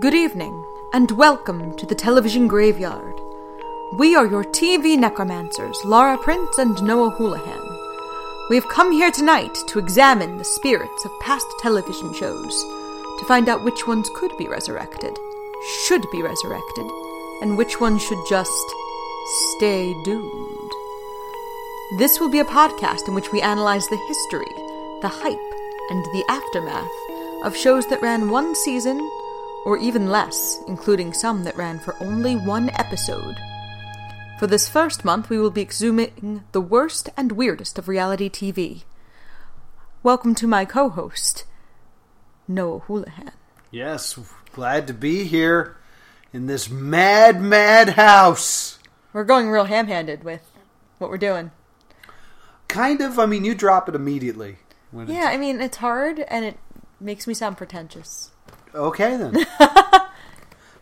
Good evening, and welcome to the Television Graveyard. We are your TV necromancers, Laura Prince and Noah Houlihan. We have come here tonight to examine the spirits of past television shows, to find out which ones could be resurrected, should be resurrected, and which ones should just stay doomed. This will be a podcast in which we analyze the history, the hype, and the aftermath of shows that ran one season or even less, including some that ran for only one episode. For this first month, we will be exhuming the worst and weirdest of reality TV. Welcome to my co host, Noah Houlihan. Yes, glad to be here in this mad, mad house. We're going real ham handed with what we're doing. Kind of, I mean, you drop it immediately. When Yeah, I mean, it's hard and it makes me sound pretentious. It, okay, then.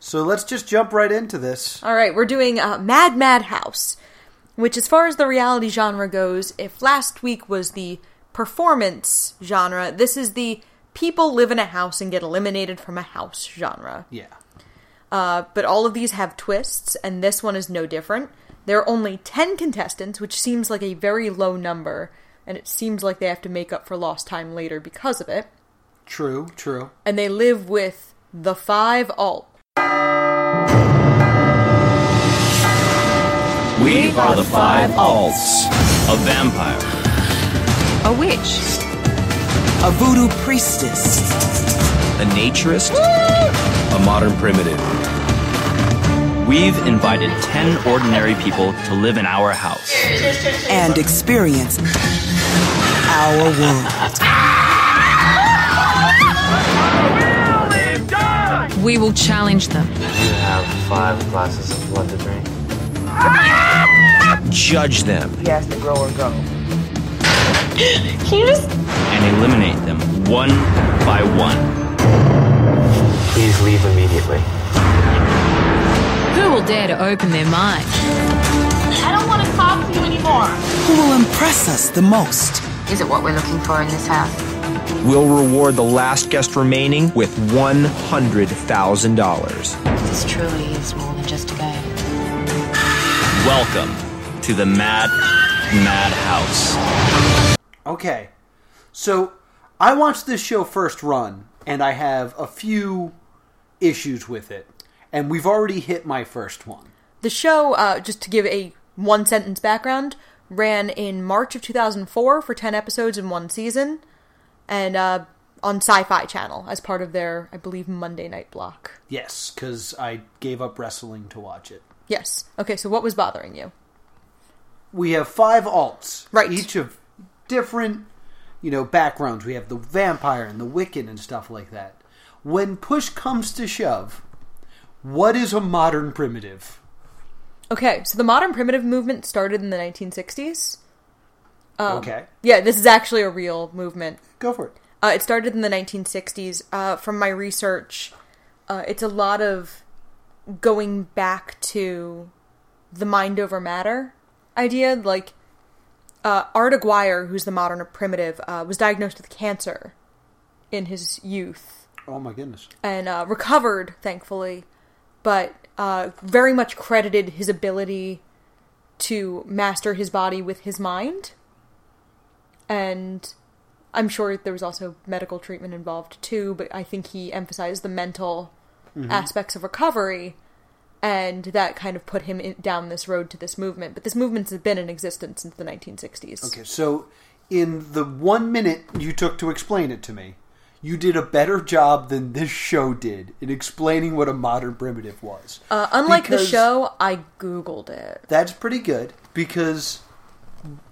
so let's just jump right into this. All right, we're doing uh, Mad Mad House, which, as far as the reality genre goes, if last week was the performance genre, this is the people live in a house and get eliminated from a house genre. Yeah. Uh, but all of these have twists, and this one is no different. There are only 10 contestants, which seems like a very low number, and it seems like they have to make up for lost time later because of it. True, true. And they live with the five alt. We are the five alts. A vampire. A witch. A voodoo priestess. A naturist. A modern primitive. We've invited 10 ordinary people to live in our house. And experience our world. We will challenge them. You have five glasses of blood to drink. Judge them Yes, the grower go. and eliminate them one by one. Please leave immediately. Who will dare to open their mind? I don't want to talk to you anymore. Who will impress us the most? Is it what we're looking for in this house? We'll reward the last guest remaining with $100,000. This truly is more than just a game. Welcome to the Mad, Mad House. Okay. So I watched this show first run, and I have a few issues with it. And we've already hit my first one. The show, uh, just to give a one sentence background, ran in March of 2004 for 10 episodes in one season and uh, on Sci Fi Channel as part of their, I believe, Monday night block. Yes, because I gave up wrestling to watch it. Yes. Okay, so what was bothering you? we have five alts, Right. Each of different, you know, backgrounds. We have the vampire and the Wiccan and stuff like that. When push comes to shove, what is a modern primitive? Okay, so the modern primitive movement started in the 1960s. Um, okay, Yeah, this is actually a real movement. go for it. Uh, it started in the 1960s. Uh, from my research, uh, it's a lot of going back to the mind over matter idea. Like, uh, Art Aguirre, who's the modern primitive, uh, was diagnosed with cancer in his youth Oh my goodness. and uh, recovered, thankfully, but uh, very much credited his ability to master his body with his mind. And I'm sure there was also medical treatment involved too, but I think he emphasized the mental Mm-hmm. aspects of recovery, and that kind of put him in, down this road to this movement. But this movement's been in existence since the 1960s. Okay, so in the one minute you took to explain it to me, you did a better job than this show did in explaining what a modern primitive was. Uh, unlike the Because- show, I Googled it. That's pretty good because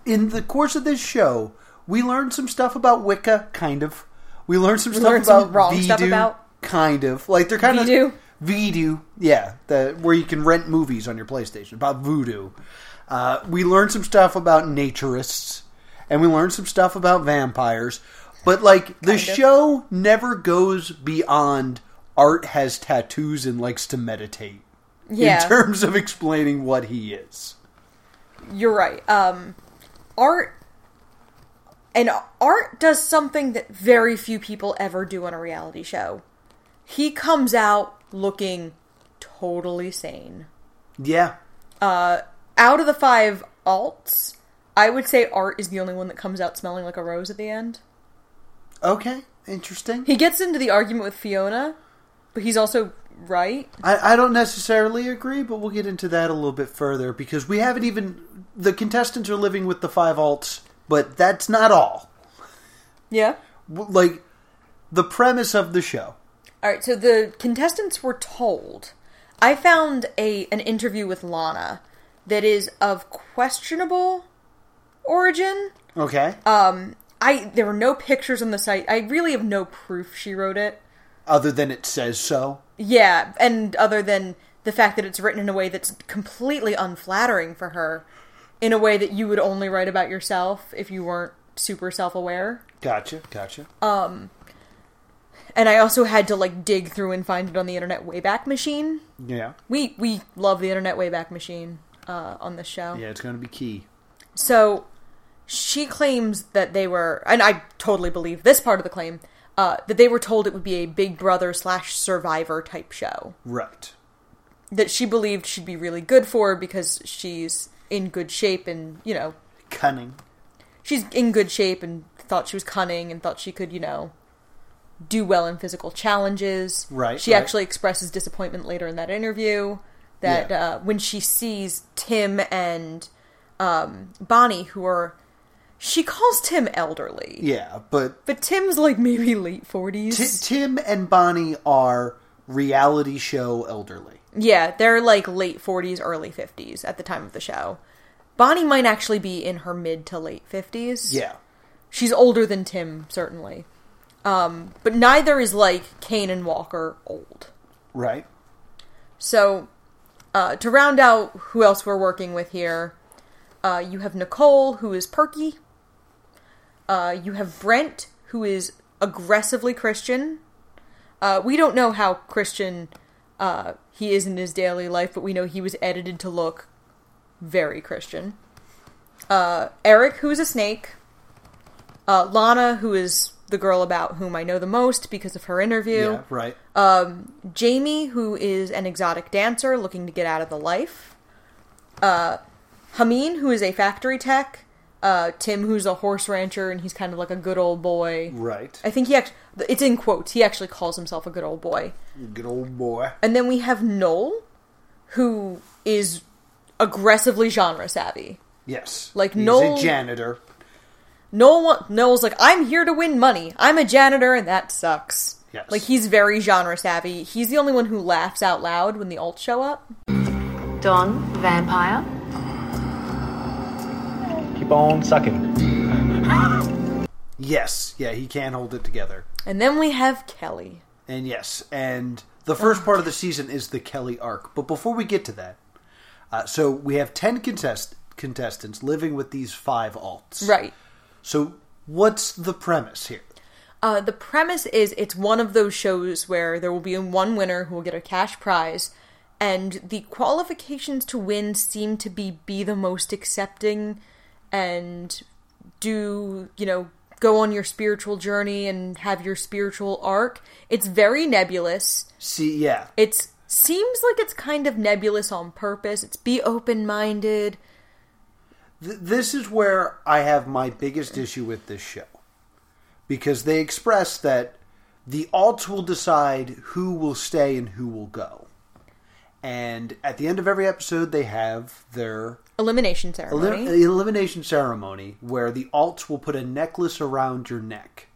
in the course of this show, we learned some stuff about Wicca, kind of. We learned some stuff learned some about wrong voodoo, stuff about- kind of. Like they're kind Voodoo? of voodoo, yeah, the, where you can rent movies on your PlayStation about voodoo. Uh, we learned some stuff about naturists, and we learned some stuff about vampires. But like the show never goes beyond art has tattoos and likes to meditate Yeah. in terms of explaining what he is. you're right. Um, art and art does something that very few people ever do on a reality show. He comes out looking totally sane. Yeah. Out of the five alts, I would say Art is the only one that comes out smelling like a rose at the end. Okay. Interesting. He gets into the argument with Fiona, but he's also right. I, I don't necessarily agree, but we'll get into that a little bit further because we haven't even. The contestants are living with the five alts, but that's not all. Yeah. W- Like, the premise of the show. All right, so the contestants were told. I found a an interview with Lana that is of questionable origin. Okay. I there were no pictures on the site. I really have no proof she wrote it. Other than it says so. Yeah, and other than the fact that it's written in a way that's completely unflattering for her, in a way that you would only write about yourself if you weren't super self-aware. Gotcha. Gotcha. And I also had to like dig through and find it on the internet Wayback Machine. yeah. We we love the internet Wayback Machine uh, on this show. Yeah, it's going to be key. So she claims that they were, and I totally believe this part of the claim, uh, that they were told it would be a Big Brother slash Survivor type show Right. that she believed she'd be really good for because she's in good shape and you know Cunning. she's in good shape and thought she was cunning and thought she could you know do well in physical challenges. Right, She right. actually expresses disappointment later in that interview that Yeah. uh, when she sees Tim and um, Bonnie, who are she calls Tim elderly. Yeah, but But Tim's like maybe late T- forties. Tim and Bonnie are reality show elderly. yeah, they're like late forties, early fifties at the time of the show. Bonnie might actually be in her mid to late fifties. Yeah. she's older than Tim certainly, um, but neither is like Kane and Walker old. Right? So, uh, to round out who else we're working with here, uh, you have Nicole, who is perky. Uh, you have Brent, who is aggressively Christian. Uh, we don't know how Christian uh, he is in his daily life, but we know he was edited to look very Christian. Uh, Eric, who is a snake. Uh, Lana, who is the girl about whom I know the most because of her interview. Yeah, right. Jamie, who is an exotic dancer looking to get out of the life. Uh, Hameen, who is a factory tech. Uh, Tim, who's a horse rancher, and he's kind of like a good old boy. right. I think he actually, it's in quotes, he actually calls himself a good old boy. Good old boy. And then we have Noel, who is aggressively genre savvy. Yes. Like He's Noel- a janitor. Noel, wa- Noel's like, I'm here to win money. I'm a janitor, and that sucks. Yes. Like, he's very genre savvy. He's the only one who laughs out loud when the alt show up. Don, vampire. Keep on sucking. Yes. Yeah, he can hold it together. And then we have Kelly. And yes, and the first part of the season is the Kelly arc. But before we get to that, uh, so we have 10 contest- contestants living with these five alts. Right. So what's the premise here? Uh, the premise is it's one of those shows where there will be one winner who will get a cash prize, and the qualifications to win seem to be be the most accepting and do, you know, go on your spiritual journey and have your spiritual arc. It's very nebulous. See, yeah. It seems like it's kind of nebulous on purpose. It's be open minded. Th- this is where I have my biggest issue with this show because they express that the alts will decide who will stay and who will go. And at the end of every episode, they have their Elimination elim- ceremony. elimination ceremony where the alts will put a necklace around your neck.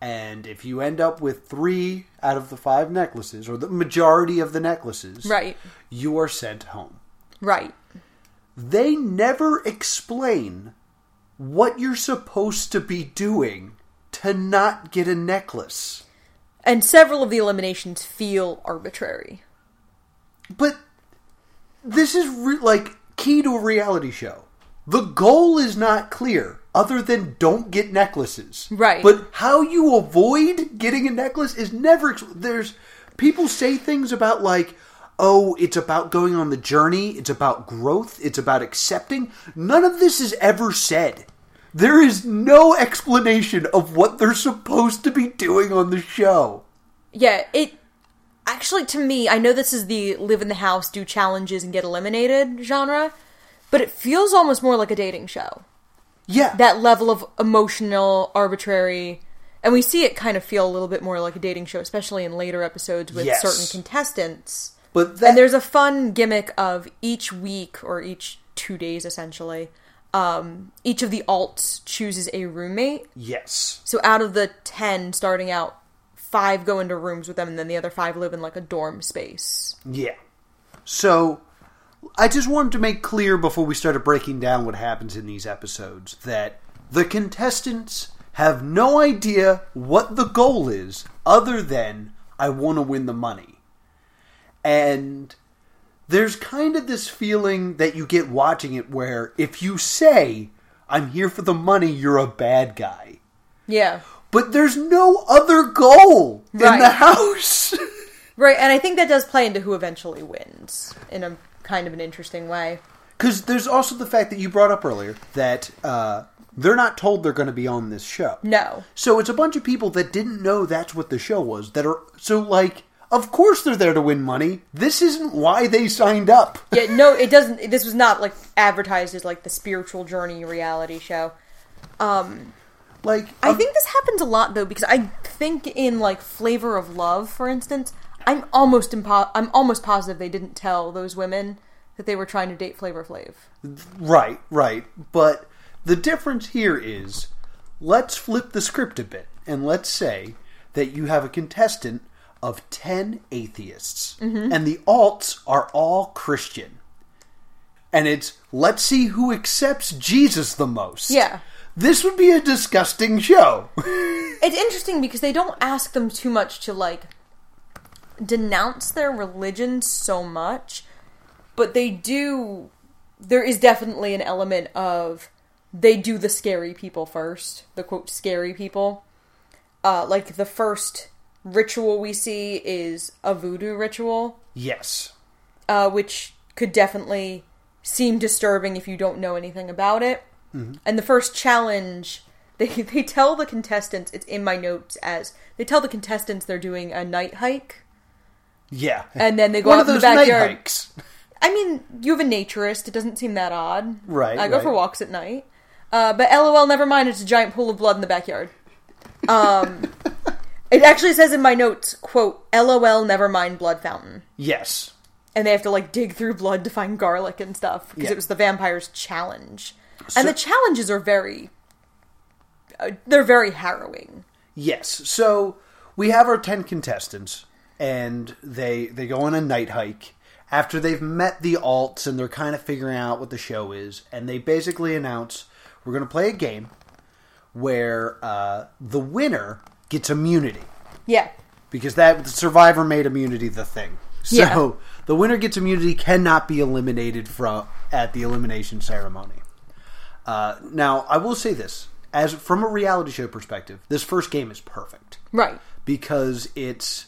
And if you end up with three out of the five necklaces, or the majority of the necklaces, Right. you are sent home Right. they never explain what you're supposed to be doing to not get a necklace. And several of the eliminations feel arbitrary. But this is re- like key to a reality show. The goal is not clear other than don't get necklaces. Right. But how you avoid getting a necklace is never ex- there's people say things about like oh it's about going on the journey, it's about growth, it's about accepting. None of this is ever said. There is no explanation of what they're supposed to be doing on the show. Yeah, it. actually to me, I know this is the live in the house, do challenges, and get eliminated genre, but it feels almost more like a dating show. Yeah. That level of emotional, arbitrary, and we see it kind of feel a little bit more like a dating show, especially in later episodes with Yes. certain contestants. but that, And there's a fun gimmick of each week or each two days essentially. Um, each of the alts chooses a roommate. yes. So out of the ten starting out, five go into rooms with them, and then the other five live in like a dorm space. Yeah. So I just wanted to make clear before we started breaking down what happens in these episodes that the contestants have no idea what the goal is other than I want to win the money. And there's kind of this feeling that you get watching it where if you say, I'm here for the money, you're a bad guy. Yeah. But there's no other goal in Right. the house. Right, and I think that does play into who eventually wins in a kind of an interesting way. Because there's also the fact that you brought up earlier that uh, they're not told they're going to be on this show. No. So it's a bunch of people that didn't know that's what the show was. That are so like, of course they're there to win money. This isn't why they signed up. Yeah, no, it doesn't. This was not like advertised as like the spiritual journey reality show. Like, I um, think this happens a lot though because I think in like Flavor of Love, for instance, I'm almost impo- I'm almost positive they didn't tell those women that they were trying to date Flavor Flav. right, right. But the difference here is, let's flip the script a bit and let's say that you have a contestant of ten atheists, Mm-hmm. and the alts are all Christian. and it's let's see who accepts Jesus the most. Yeah. This would be a disgusting show. It's interesting because they don't ask them too much to like denounce their religion so much, but they do. There is definitely an element of they do the scary people first, the quote scary people. Uh, like the first ritual we see is a voodoo ritual, yes. uh, which could definitely seem disturbing if you don't know anything about it. Mm-hmm. And the first challenge, they they tell the contestants. It's in my notes as they tell the contestants they're doing a night hike, Yeah. and then they go One out of those in the backyard. night hikes. I mean, you have a naturist. It doesn't seem that odd. Right, I go for right. walks at night. Uh, but lol, never mind. It's a giant pool of blood in the backyard. Um, it actually says in my notes, quote, lol, never mind blood fountain. Yes. And they have to like dig through blood to find garlic and stuff because Yeah. it was the vampire's challenge. So- and the challenges are very, uh, they're very harrowing. Yes. So we have our 10 contestants and they they go on a night hike after they've met the alts and they're kind of figuring out what the show is and they basically announce we're going to play a game where uh, the winner gets immunity. Yeah. because that the survivor made immunity the thing. So Yeah. the winner gets immunity cannot be eliminated from at the elimination ceremony. Uh, now I will say this as from a reality show perspective, this first game is perfect Right. because it's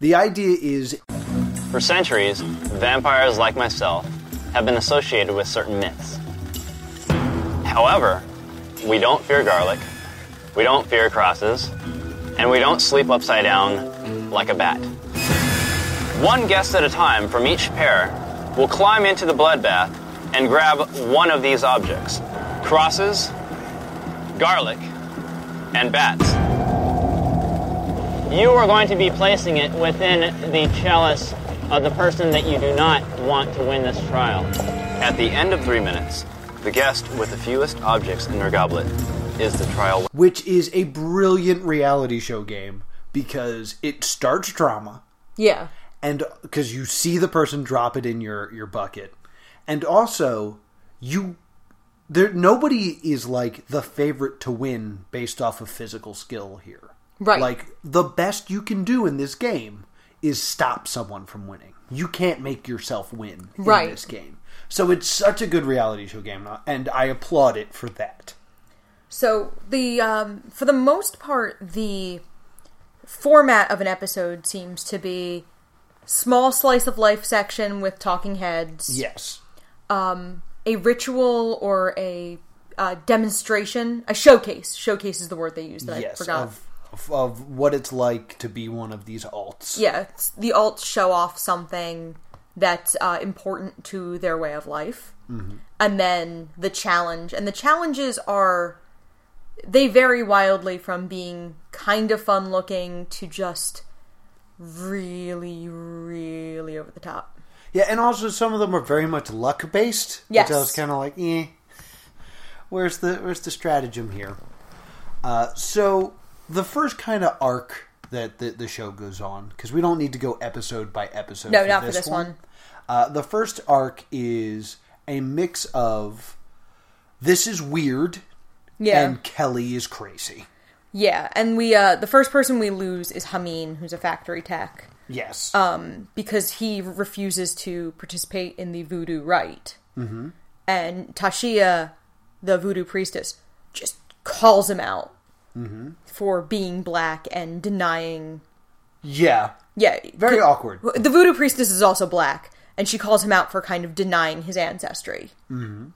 the idea is For centuries, vampires like myself have been associated with certain myths. However, we don't fear garlic, we don't fear crosses, and we don't sleep upside down like a bat. One guest at a time from each pair will climb into the bloodbath and grab one of these objects crosses, garlic, and bats. You are going to be placing it within the chalice of the person that you do not want to win this trial. At the end of three minutes, the guest with the fewest objects in their goblet is the trial. which is a brilliant reality show game because it starts drama Yeah. and because you see the person drop it in your your bucket and also you there nobody is like the favorite to win based off of physical skill here Right. like the best you can do in this game is stop someone from winning you can't make yourself win Right. in this game so it's such a good reality show game and i applaud it for that So the um, for the most part, the format of an episode seems to be small slice of life section with talking heads, yes a ritual or a uh, demonstration, a showcase. Showcase is the word they use that I yes forgot. of of, of what it's like to be one of these alts. Yeah, it's, the alts show off something that's uh, important to their way of life, and then the challenge. And the challenges are they vary wildly from being kind of fun looking to just really, really over the top. Yeah, and also some of them are very much luck based. Yes. Which I was kind of like, eh. Where's the where's the stratagem here? Uh, so the first kind of arc that the, the show goes on, because we don't need to go episode by episode. No, not for this one. Uh, the first arc is a mix of this is weird Yeah, and Kelly is crazy. yeah. And we uh, the first person we lose is Hameen, who's a factory tech. Yes. Um, because he refuses to participate in the voodoo rite. Mm-hmm. And Tashia, the voodoo priestess, just calls him out for being black and denying. yeah. Yeah, Very c- awkward. The voodoo priestess is also black, and she calls him out for kind of denying his ancestry mm-hmm.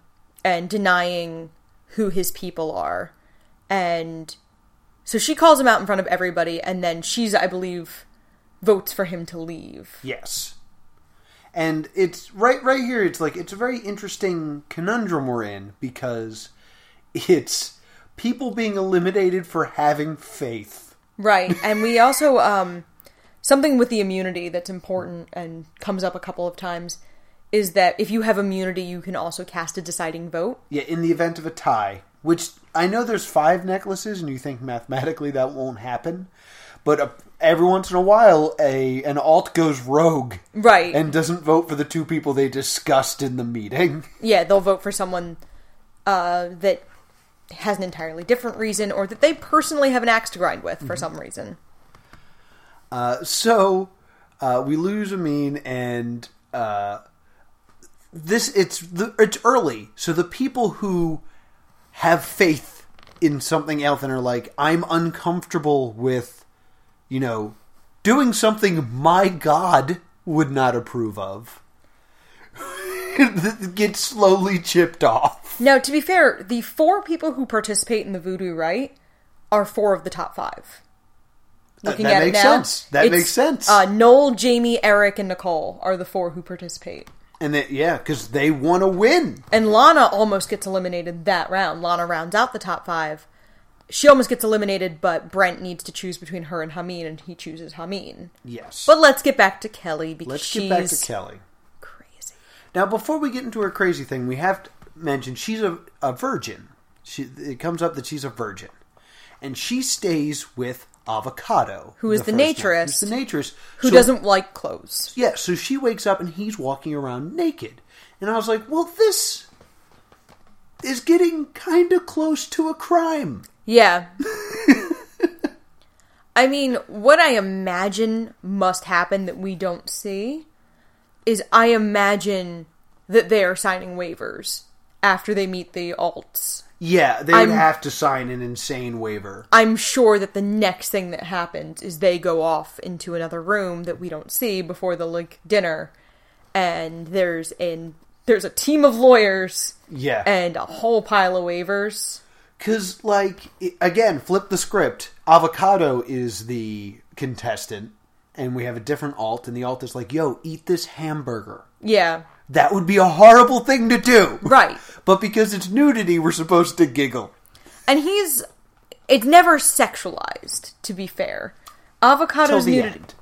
and denying who his people are. And so she calls him out in front of everybody, and then she's, I believe, votes for him to leave. Yes. And it's right right here it's like it's a very interesting conundrum we're in because it's people being eliminated for having faith. Right. And we also um something with the immunity that's important and comes up a couple of times is that if you have immunity you can also cast a deciding vote. Yeah, in the event of a tie, which I know there's five necklaces and you think mathematically that won't happen, but uh every once in a while a an alt goes rogue Right. and doesn't vote for the two people they discussed in the meeting. yeah, they'll vote for someone uh that has an entirely different reason or that they personally have an axe to grind with Mm-hmm. for some reason. so uh, we lose Amin and uh, this it's the, it's early so the people who have faith in something else and are like i'm uncomfortable with you know doing something my god would not approve of get slowly chipped off Now, to be fair, the four people who participate in the voodoo rite are four of the top 5. Looking that at makes it now, sense. That it's, makes sense. Uh, Noel, Jamie, Eric, and Nicole are the four who participate. and that yeah because they want to win And Lana almost gets eliminated that round. Lana rounds out the top five. She almost gets eliminated, but Brent needs to choose between her and Hameen, and he chooses Hameen. yes But let's get back to Kelly because let's she's get back to kelly crazy. Now, before we get into her crazy thing, we have to mention she's a, a virgin. She, it comes up that she's a virgin. And she stays with Avocado. Who is the first night. naturist. Who's the naturist. Who So- doesn't like clothes? Yeah, so she wakes up and he's walking around naked. And I was like, well, this is getting kind of close to a crime. Yeah. I mean, what I imagine must happen that we don't see is I imagine that they are signing waivers after they meet the alts. Yeah, they I'm- would have to sign an insane waiver. I'm sure that the next thing that happens is they go off into another room that we don't see before the like dinner, and there's an there's a team of lawyers Yeah. and a whole pile of waivers. Because, like, i again, flip the script. Avocado is the contestant, and we have a different alt, and the alt is like, yo, eat this hamburger. Yeah, That would be a horrible thing to do. right. But because it's nudity, we're supposed to giggle. And he's it's never sexualized. To be fair, Till avocados the nudity end.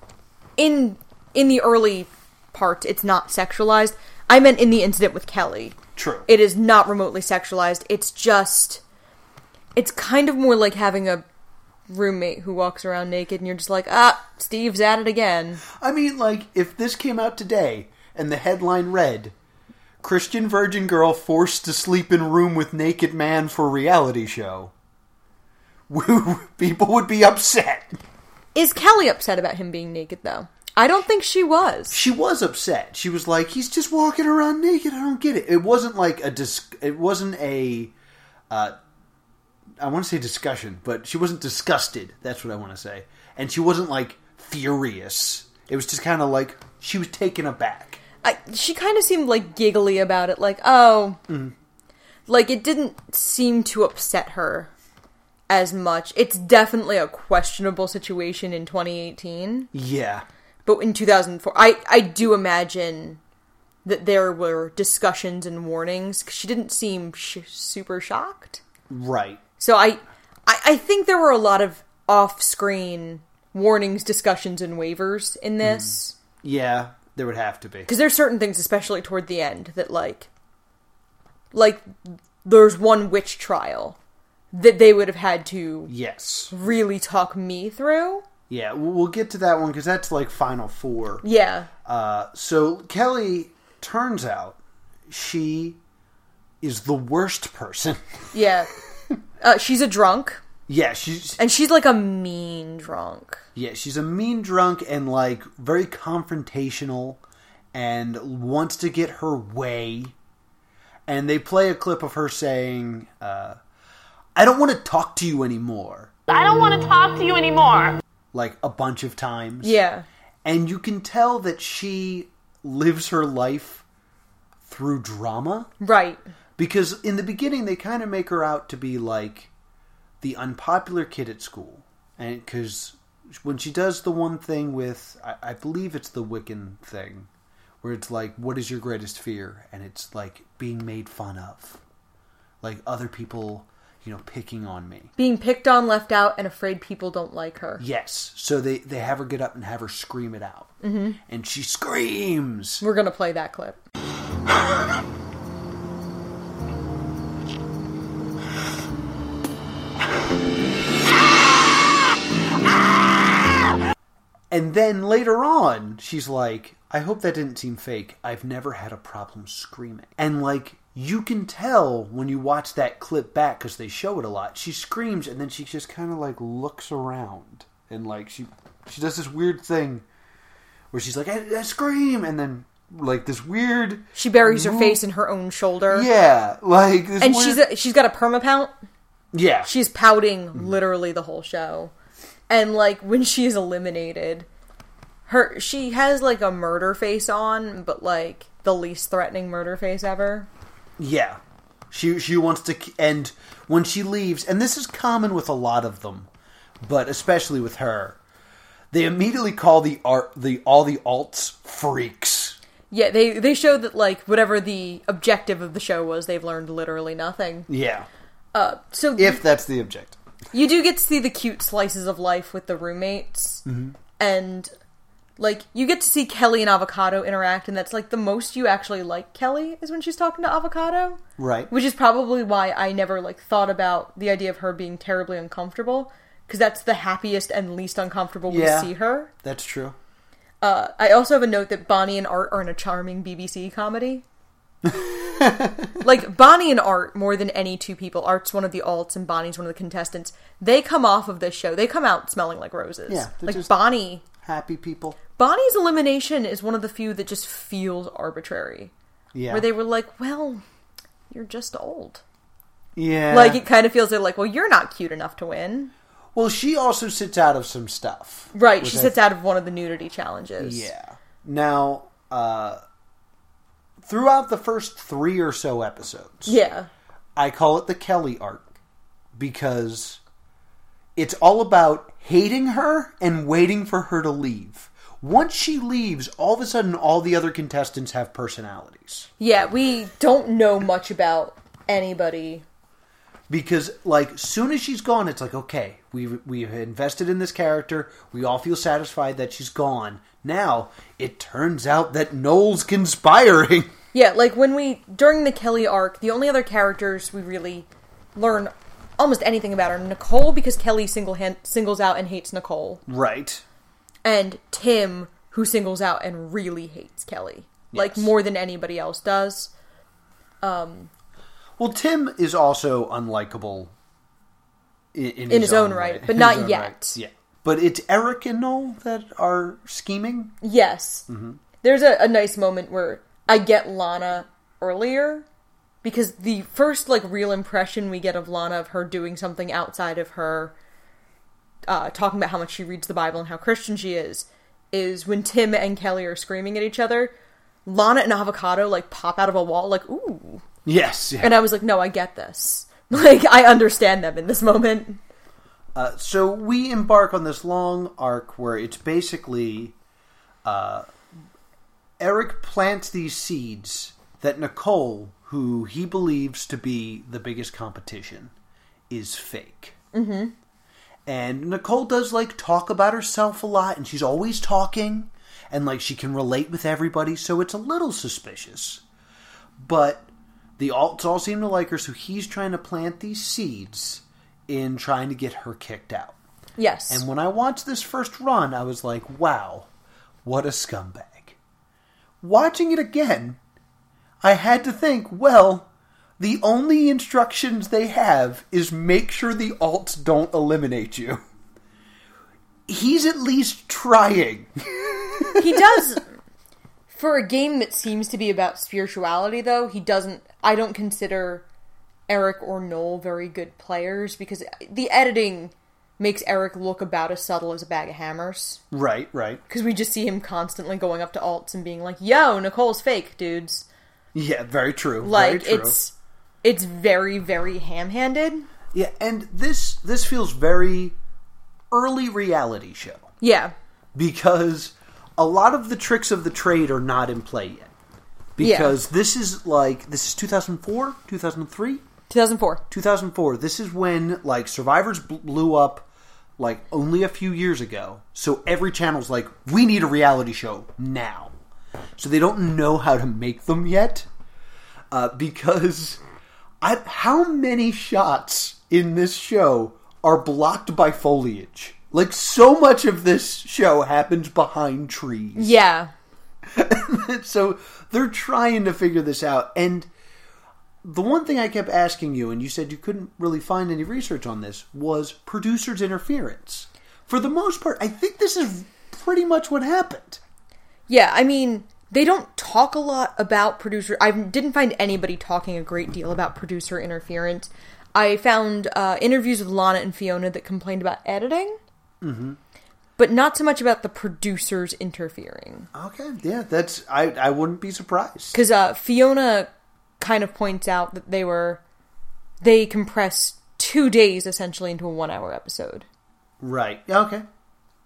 in in the early parts it's not sexualized. I meant in the incident with Kelly. True. it is not remotely sexualized. It's just it's kind of more like having a roommate who walks around naked and you're just like, "Ah, Steve's at it again." I mean, like, if this came out today and the headline read, Christian virgin girl forced to sleep in room with naked man for reality show, people would be upset. Is Kelly upset about him being naked though? I don't think she was. she was upset. She was like, "He's just walking around naked. I don't get it." It wasn't like a dis. It wasn't a. Uh, I want to say discussion, but she wasn't disgusted. That's what I want to say. And she wasn't like furious. It was just kind of like she was taken aback. I, she kind of seemed like giggly about it, like, "Oh." Like it didn't seem to upset her as much. It's definitely a questionable situation in 2018, Yeah. but in 2004, I I do imagine that there were discussions and warnings 'cause she didn't seem sh- super shocked. Right. So I, I, I think there were a lot of off-screen warnings, discussions, and waivers in this Yeah. There would have to be. because there's certain things, especially toward the end, that like, like there's one witch trial that they would have had to Yes. really talk me through. Yeah. We'll we'll get to that one because that's like Final Four. Yeah, So Kelly turns out she is the worst person. yeah. Uh, she's a drunk, yeah. She's and she's like a mean drunk. Yeah, she's a mean drunk and like very confrontational and wants to get her way. And they play a clip of her saying, uh, I don't want to talk to you anymore, I don't want to talk to you anymore. like a bunch of times. Yeah, And you can tell that she lives her life through drama right. because in the beginning they kind of make her out to be like the unpopular kid at school and because when she does the one thing with I, I believe it's the wiccan thing where it's like what is your greatest fear and it's like being made fun of like other people you know picking on me Being picked on, left out, and afraid people don't like her. yes so they they have her get up and have her scream it out mm-hmm. and she screams We're gonna play that clip. And then later on, she's like, I hope that didn't seem fake. I've never had a problem screaming. And like, you can tell when you watch that clip back because they show it a lot. She screams and then she just kind of like looks around and like she she does this weird thing where she's like, I, I scream, and then like this weird, She buries her face in her own shoulder. yeah, like this And weird- she's a, she's got a perma pout. yeah, She's pouting literally the whole show. And like when she is eliminated, her she has like a murder face on, but like the least threatening murder face ever. Yeah, she she wants to, k- and when she leaves, and this is common with a lot of them, but especially with her, they immediately call the art the all the alts freaks. Yeah, they they show that like whatever the objective of the show was, they've learned literally nothing. Yeah, Uh, so if that's the object. you do get to see the cute slices of life with the roommates Mm-hmm. and like you get to see kelly and avocado interact and that's like the most you actually like kelly is when she's talking to avocado Right. which is probably why i never like thought about the idea of her being terribly uncomfortable because that's the happiest and least uncomfortable Yeah. we see her That's true. uh, i also have a note that bonnie and art are in a charming bbc comedy like Bonnie and Art more than any two people. Art's one of the alts and Bonnie's one of the contestants. They come off of this show. They come out smelling like roses. Yeah, they're like just- Bonnie. Happy people. Bonnie's elimination is one of the few that just feels arbitrary. Yeah. Where they were like, "Well, you're just old." yeah. Like it kind of feels like, "Well, you're not cute enough to win." well, she also sits out of some stuff. Right. which she I sits out of one of the nudity challenges. Yeah. Now, uh, throughout the first three or so episodes, Yeah. I call it the Kelly arc because it's all about hating her and waiting for her to leave. Once she leaves, all of a sudden all the other contestants have personalities. Yeah, we don't know much about anybody. Because like soon as she's gone, it's like, okay, we've we've invested in this character, we all feel satisfied that she's gone. Now it turns out that Noel's conspiring. Yeah, like when we during the Kelly arc, the only other characters we really learn almost anything about are Nicole because Kelly single hand, singles out and hates Nicole, Right. and Tim who singles out and really hates Kelly, like Yes. more than anybody else does. Well, Tim is also unlikable in, in, his own right, but In not his own yet. right, Yeah. But it's Eric and Noel that are scheming. Yes, there's a, a nice moment where I get Lana earlier because the first like real impression we get of Lana of her doing something outside of her uh, talking about how much she reads the Bible and how Christian she is is when Tim and Kelly are screaming at each other. Lana and Avocado like pop out of a wall like ooh, Yes. Yeah. and I was like, no, I get this. Like I understand them in this moment. Uh, so we embark on this long arc where it's basically uh, Eric plants these seeds that Nicole, who he believes to be the biggest competition, is fake. Mm-hmm. And Nicole does like talk about herself a lot, and she's always talking, and like she can relate with everybody, so it's a little suspicious. But the alts all seem to like her, so he's trying to plant these seeds in trying to get her kicked out. Yes. And when I watched this first run, I was like, wow, what a scumbag. Watching it again, I had to think, well, the only instructions they have is make sure the alts don't eliminate you. He's at least trying. he does for a game that seems to be about spirituality though he doesn't i don't consider eric or noel very good players because the editing makes eric look about as subtle as a bag of hammers right, right. because we just see him constantly going up to alts and being like yo nicole's fake dudes Yeah, very true. like very true. it's it's very very ham-handed Yeah, and this this feels very early reality show yeah because a lot of the tricks of the trade are not in play yet. Because this is like this is 2004, 2003, 2004 2004. This is when like Survivors bl- blew up like only a few years ago. So every channel's like we need a reality show now. So they don't know how to make them yet. Uh, because I, how many shots in this show are blocked by foliage? Like so much of this show happens behind trees yeah so they're trying to figure this out and the one thing i kept asking you and you said you couldn't really find any research on this was producers interference for the most part i think this is pretty much what happened Yeah, I mean, they don't talk a lot about producer. I didn't find anybody talking a great deal about producer interference. I found uh, interviews with Lana and Fiona that complained about editing, but not so much about the producers interfering. okay yeah that's i i wouldn't be surprised Because uh, Fiona kind of points out that they were they compressed two days essentially into a one-hour episode. right Yeah, okay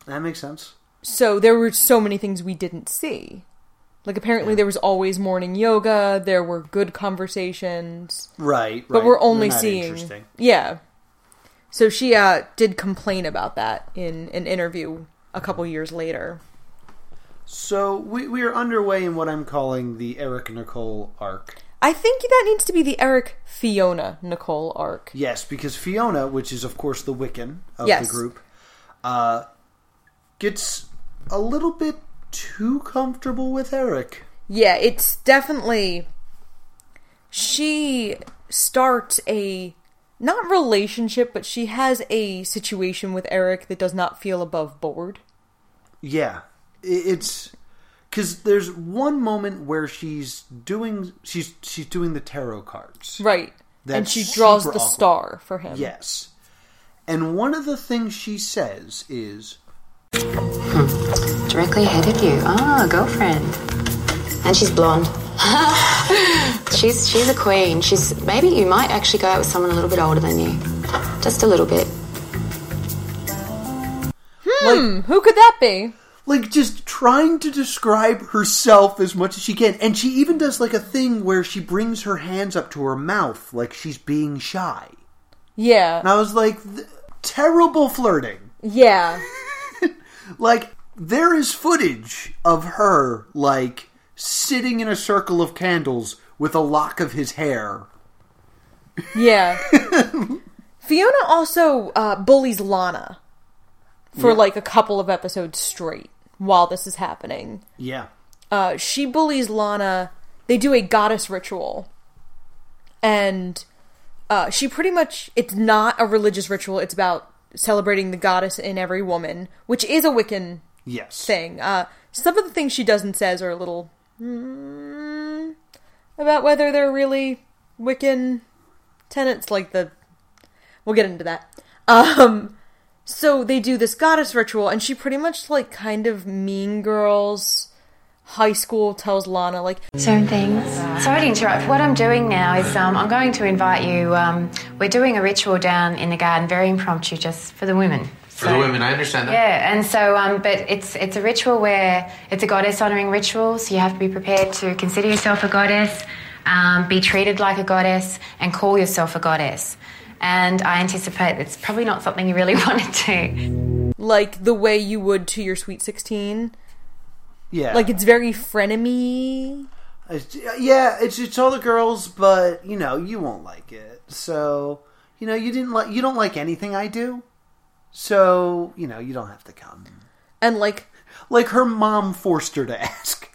that makes sense so there were so many things we didn't see. Like apparently there was always morning yoga, there were good conversations, right but right. we're only They're not seeing interesting. Yeah. So she uh did complain about that in an interview a couple years later. so we, we are underway in what i'm calling the eric nicole arc I think that needs to be the Eric Fiona Nicole arc. Yes, because Fiona, which is of course the Wiccan of Yes. the group, uh, gets a little bit too comfortable with Eric. Yeah, it's definitely. She starts a. Not relationship, but she has a situation with Eric that does not feel above board. Yeah, I- it's because there's one moment where she's doing she's she's doing the tarot cards. Right. and That's she draws the super awkward. star for him. Yes, and one of the things she says is Directly ahead of you. Ah, girlfriend. And she's blonde. she's she's a queen. She's maybe you might actually go out with someone a little bit older than you. Just a little bit. Hmm, who could that be? like just trying to describe herself as much as she can and she even does like a thing where she brings her hands up to her mouth like she's being shy Yeah. and i was like th- terrible flirting Yeah. like there is footage of her like sitting in a circle of candles with a lock of his hair Yeah. Fiona also uh, bullies Lana for like a couple of episodes straight while this is happening. yeah uh, she bullies Lana. They do a goddess ritual, and uh, she pretty much it's not a religious ritual. It's about celebrating the goddess in every woman, which is a Wiccan yes thing. Uh, some of the things she does and says are a little mm, about whether they're really Wiccan tenets, like the. We'll get into that. Um, so they do this goddess ritual, and she pretty much like kind of mean girls high school tells Lana, like, certain things. Sorry to interrupt. What I'm doing now is um, I'm going to invite you. Um, we're doing a ritual down in the garden, very impromptu, just for the women. For the women, I understand that. Yeah, and so, um, but it's it's a ritual where it's a goddess honoring ritual, so you have to be prepared to consider yourself a goddess, um, be treated like a goddess, and call yourself a goddess. And I anticipate it's probably not something you really want to do. like the way you would to your sweet sixteen. Yeah. Like it's very frenemy. It's, yeah, it's it's all the girls, but you know you won't like it. So you know you didn't like you don't like anything I do. So you know you don't have to come. And like, like her mom forced her to ask.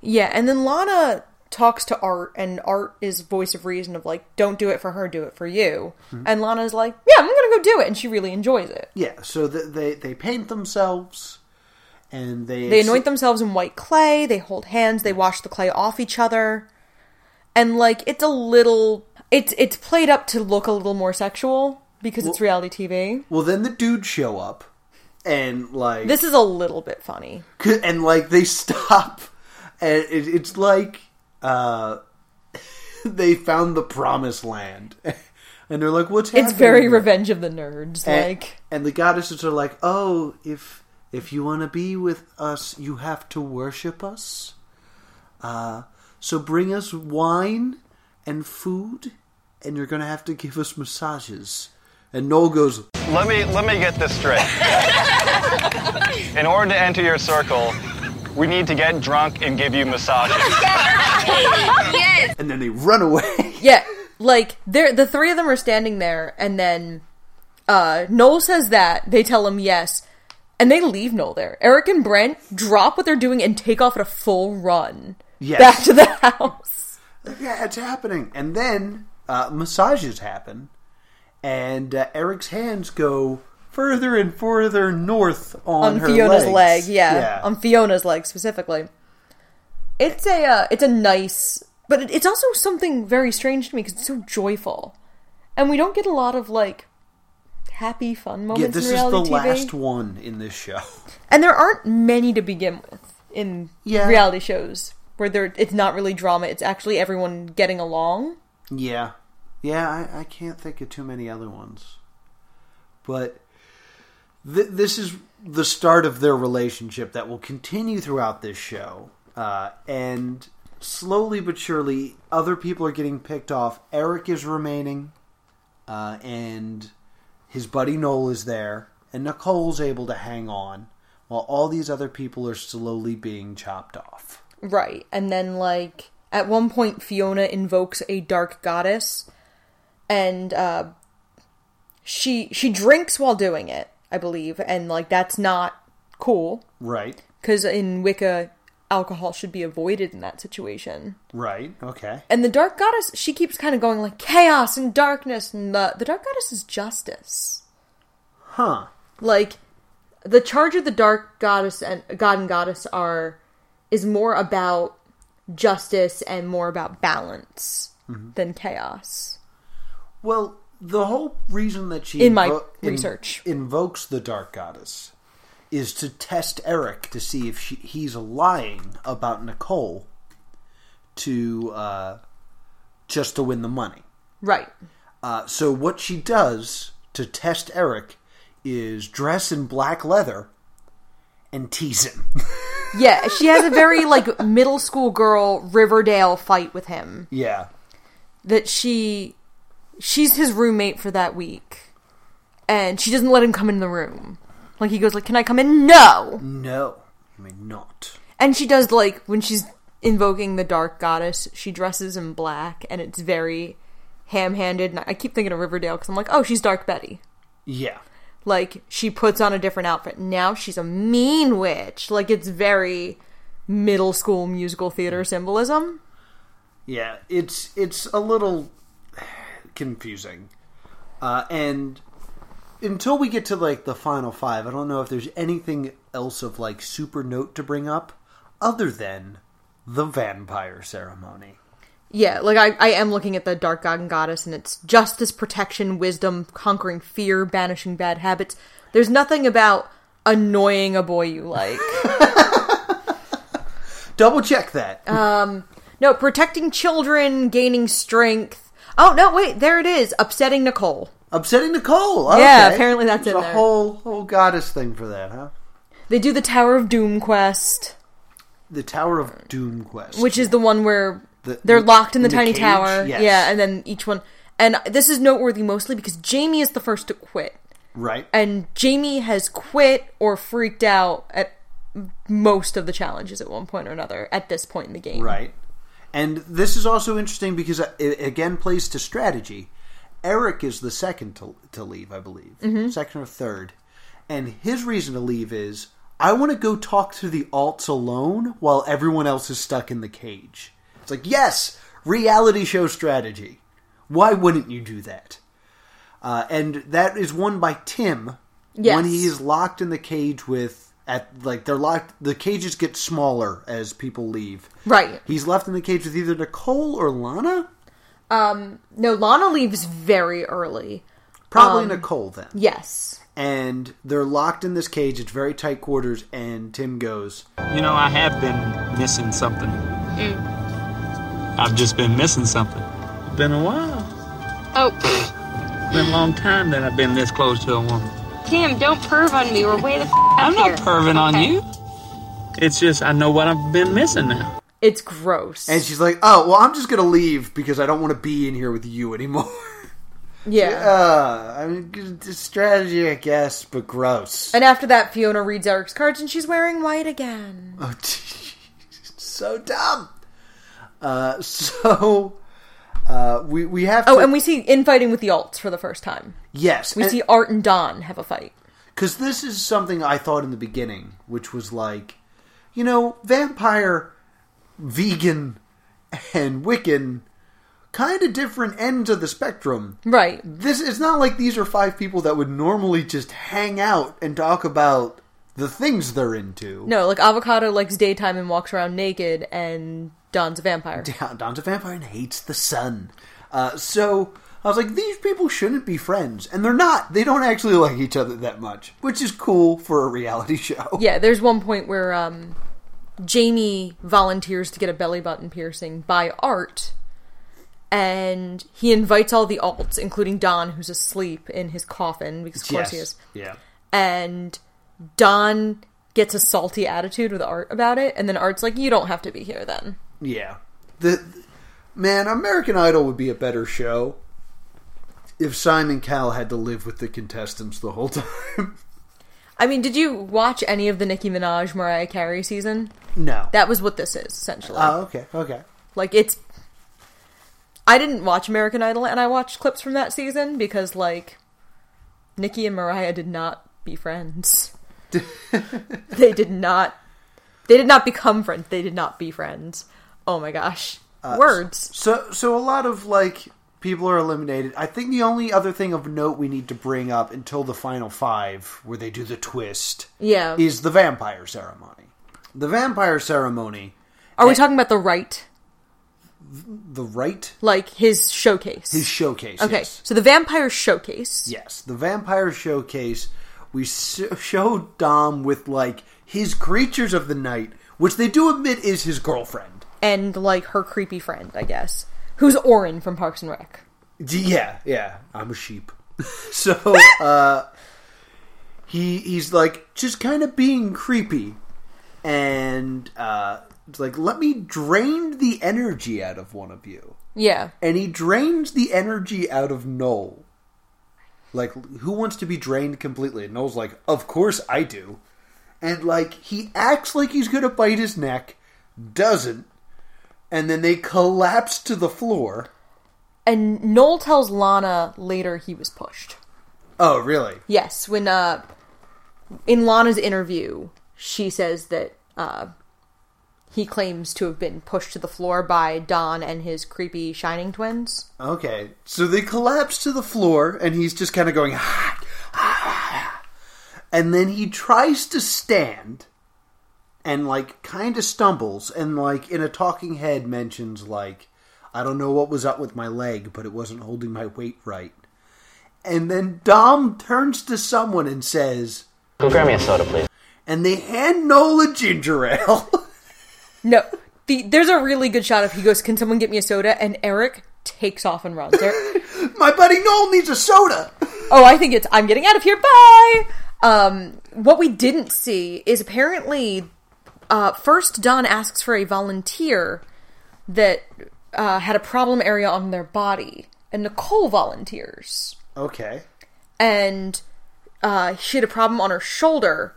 yeah, and then Lana talks to Art, and Art is voice of reason of like, don't do it for her, do it for you. And Lana's like, yeah, I'm gonna go do it, and she really enjoys it. Yeah, so th they they paint themselves, and they They anoint themselves in white clay, they hold hands, they wash the clay off each other. And like it's a little it's it's played up to look a little more sexual because it's reality TV. Well, then the dudes show up, and like This is a little bit funny. and like they stop, and it, it's like uh, they found the promised land, and they're like, "What's happening?" It's very here?" Revenge of the Nerds. And- Like and the goddesses are like, "Oh, if if you want to be with us, you have to worship us. Uh, so bring us wine and food, and you're gonna have to give us massages." And Noel goes, Let me let me get this straight. In order to enter your circle, we need to get drunk and give you massages. yes. and then they run away. Yeah, like they're the three of them are standing there, and then uh, Noel says that they tell him yes, and they leave Noel there. Eric and Brent drop what they're doing and take off at a full run Yes. back to the house. Yeah, it's happening. And then uh, massages happen, and uh, Eric's hands go further and further north on, on, her Fiona's legs. leg, yeah. on Fiona's leg specifically. It's a uh, it's a nice, but it, it's also something very strange to me because it's so joyful, and we don't get a lot of like happy fun moments. yeah, this in is the reality TV. last one in this show. and there aren't many to begin with in Yeah. reality shows where there it's not really drama it's actually everyone getting along Yeah, yeah, I, I can't think of too many other ones, but th- this is the start of their relationship that will continue throughout this show, uh, and slowly but surely, other people are getting picked off. Eric is remaining, uh, and his buddy Noel is there, and Nicole's able to hang on, while all these other people are slowly being chopped off. right and then like at one point fiona invokes a dark goddess and uh she she drinks while doing it i believe and like that's not cool Right, because in wicca alcohol should be avoided in that situation right, okay. and the dark goddess she keeps kind of going like chaos and darkness and the, the dark goddess is justice Huh. like the charge of the dark goddess and god and goddess are is more about justice and more about balance than chaos Well, the whole reason that she In my invo- in- research. invokes the dark goddess is to test Eric to see if she, he's lying about Nicole to uh, just to win the money. right Uh, so what she does to test Eric is dress in black leather and tease him. yeah she has a very like middle school girl riverdale fight with him yeah. that she she's his roommate for that week and she doesn't let him come in the room like he goes like can i come in no No, I mean not. And she does like when she's invoking the dark goddess, she dresses in black and it's very ham-handed. And I keep thinking of Riverdale because I'm like, oh, she's Dark Betty. Yeah. Like she puts on a different outfit. Now she's a mean witch. Like it's very middle school musical theater symbolism. Yeah, it's it's a little confusing, uh, and until we get to like the final five, I don't know if there's anything else of like super note to bring up other than the vampire ceremony. Yeah, like I, I am looking at the Dark God and Goddess, and it's justice, protection, wisdom, conquering fear, banishing bad habits. There's nothing about annoying a boy you like. Double check that. Um, no, protecting children, gaining strength. Oh no, wait, there it is. Upsetting Nicole. Upsetting Nicole. Okay. Yeah, apparently that's There's in a there. whole whole goddess thing for that, huh? They do the Tower of Doom quest, The Tower of Doom quest, which is the one where The- they're locked in the, in the tiny cage? tower. Yes. Yeah, and then each one. And this is noteworthy mostly because Jamie is the first to quit, right? and Jamie has quit or freaked out at most of the challenges at one point or another at this point in the game. Right. And this is also interesting because uh, it again plays to strategy. Eric is the second to, to leave, I believe, second or third. And his reason to leave is I want to go talk to the alts alone while everyone else is stuck in the cage. It's like, yes, reality show strategy. Why wouldn't you do that? Uh, and that is won by Tim Yes. when he is locked in the cage with at like they're locked. The cages get smaller as people leave. Right. He's left in the cage with either Nicole or Lana. Um. No, Lana leaves very early. Probably Um, Nicole then. Yes. And they're locked in this cage. It's very tight quarters. And Tim goes, You know, I have been missing something. I've just been missing something. Been a while. Oh, Been a long time that I've been this close to a woman. Tim, don't perv on me. We're way the f- I'm up not here. perving on you. It's just I know what I've been missing now. It's gross. and she's like, "Oh, well, I'm just gonna leave because I don't want to be in here with you anymore." Yeah. Uh, I mean, it's strategy, I guess, but gross. And after that, Fiona reads Eric's cards and she's wearing white again. Oh, geez. so dumb. Uh, so uh, we we have. Oh, to, and we see infighting with the alts for the first time. yes, We and- see Art and Don have a fight. Because this is something I thought in the beginning, which was like, you know, vampire, vegan, and Wiccan, kind of different ends of the spectrum. Right. This it's not like these are five people that would normally just hang out and talk about the things they're into. No, like Avocado likes daytime and walks around naked, and Don's a vampire. Don- Don's a vampire and hates the sun. Uh, so I was like, these people shouldn't be friends, and they're not. They don't actually like each other that much, which is cool for a reality show. Yeah, there's one point where um, Jamie volunteers to get a belly button piercing by Art, and he invites all the alts, including Don, who's asleep in his coffin, because of course he is. Yeah. and Don gets a salty attitude with Art about it, and then Art's like, "You don't have to be here then." Yeah. The man, American Idol would be a better show if Simon Cowell had to live with the contestants the whole time. I mean, did you watch any of the Nicki Minaj Mariah Carey season? no. That was what this is essentially. oh, okay. Okay. like it's I didn't watch American Idol and I watched clips from that season because like Nicki and Mariah did not be friends. they did not they did not become friends. They did not be friends. Oh my gosh. Uh, Words. So so a lot of like people are eliminated. I think the only other thing of note we need to bring up until the final 5 where they do the twist Yeah. is the vampire ceremony. The vampire ceremony, Are we talking about the right? the right Like his showcase. his showcase. okay. yes. So the vampire showcase. Yes, the vampire showcase. We s- show Dom with like his creatures of the night, which they do admit is his girlfriend. And like her creepy friend, I guess. Who's Orin from Parks and Rec. D- yeah, yeah. I'm a sheep. so uh, he he's like just kind of being creepy, and uh, it's like let me drain the energy out of one of you. Yeah. and he drains the energy out of Noel. Like, who wants to be drained completely? And Noel's like, of course I do. And, like, he acts like he's going to bite his neck, doesn't, and then they collapse to the floor. And Noel tells Lana later he was pushed. Oh, really? Yes, when uh, in Lana's interview, she says that uh, he claims to have been pushed to the floor by Don and his creepy shining twins. Okay. So they collapse to the floor, and he's just kind of going, ah, ah. and then he tries to stand, and like kind of stumbles, and like in a talking head mentions like, I don't know what was up with my leg, but it wasn't holding my weight right. And then Dom turns to someone and says, Go grab me a soda, please. and they hand Nola ginger ale. No, the, there's a really good shot of he goes, "Can someone get me a soda?" and Eric takes off and runs. Eric- My buddy Noel needs a soda. oh, I think it's I'm getting out of here. Bye. Um, what we didn't see is apparently uh, first Don asks for a volunteer that uh, had a problem area on their body, and Nicole volunteers, Okay. and uh, she had a problem on her shoulder.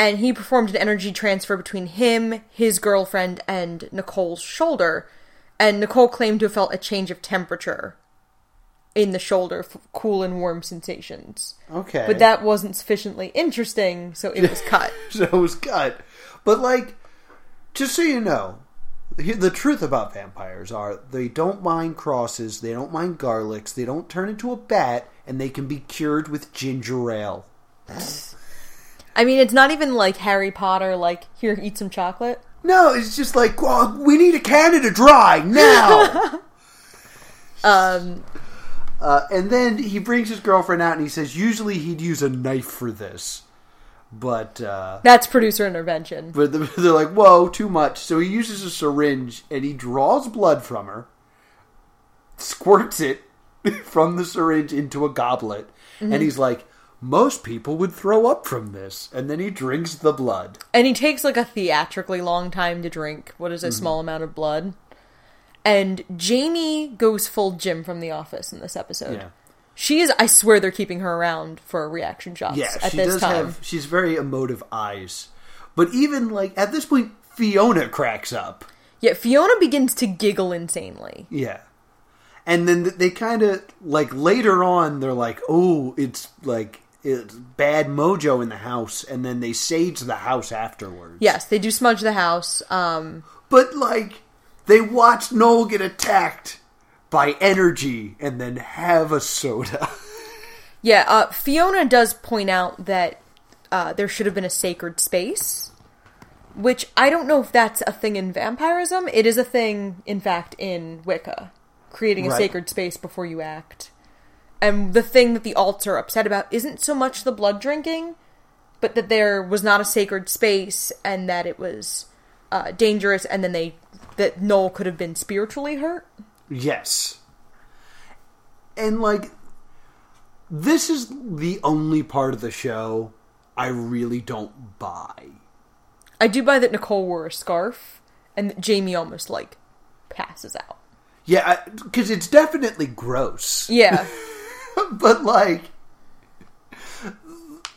And he performed an energy transfer between him, his girlfriend, and Nicole's shoulder. And Nicole claimed to have felt a change of temperature in the shoulder, f- cool and warm sensations. Okay. But that wasn't sufficiently interesting, so it was cut. so it was cut. But like, just so you know, he- the truth about vampires are they don't mind crosses, they don't mind garlics, they don't turn into a bat, and they can be cured with ginger ale. I mean, it's not even like Harry Potter, like, here, eat some chocolate. No, it's just like, well, we need a Canada Dry now. um, uh, and then he brings his girlfriend out, and he says, usually he'd use a knife for this, but uh, That's producer intervention. But the- they're like, whoa, too much. So he uses a syringe and he draws blood from her, squirts it from the syringe into a goblet, Mhm. and he's like, most people would throw up from this. And then he drinks the blood. And he takes like a theatrically long time to drink what is a Mhm. small amount of blood. And Jamie goes full Jim from The Office in this episode. Yeah. She is, I swear, they're keeping her around for reaction shots Yeah, at she this does time. have, she's very emotive eyes. But even like, at this point, Fiona cracks up. Yet Fiona begins to giggle insanely. Yeah. And then th- they kind of like later on they're like, "Oh, it's like it's bad mojo in the house." And then they sage the house afterwards. Yes, they do smudge the house. Um, but like they watch Noel get attacked by energy and then have a soda. Yeah, uh, Fiona does point out that uh, there should have been a sacred space, which I don't know if that's a thing in vampirism. It is a thing, in fact, in Wicca, creating a Right. sacred space before you act. And the thing that the alts are upset about isn't so much the blood drinking, but that there was not a sacred space and that it was uh, dangerous, and then they that Noel could have been spiritually hurt. yes. And like this is the only part of the show I really don't buy. I do buy that Nicole wore a scarf, and that Jamie almost like passes out. Yeah, because it's definitely gross. Yeah. but like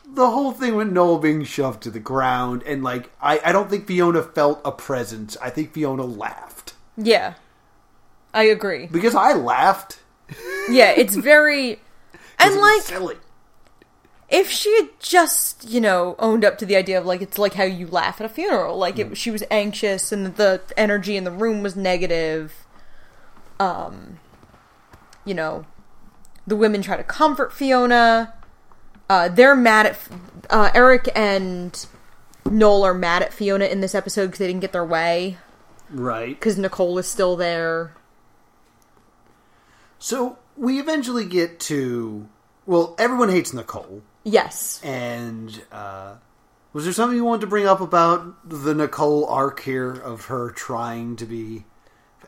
the whole thing with Noel being shoved to the ground, and like I, I don't think Fiona felt a presence. I think Fiona laughed Yeah. I agree. because I laughed. Yeah, it's very and like silly. If she had just, you know, owned up to the idea of like it's like how you laugh at a funeral, like it, she was anxious and the energy in the room was negative. Um you know, the women try to comfort Fiona. Uh they're mad at uh Eric and Noel are mad at Fiona in this episode because they didn't get their way Right. because Nicole is still there. So we eventually get to well, everyone hates Nicole, Yes. and uh, was there something you wanted to bring up about the Nicole arc here of her trying to be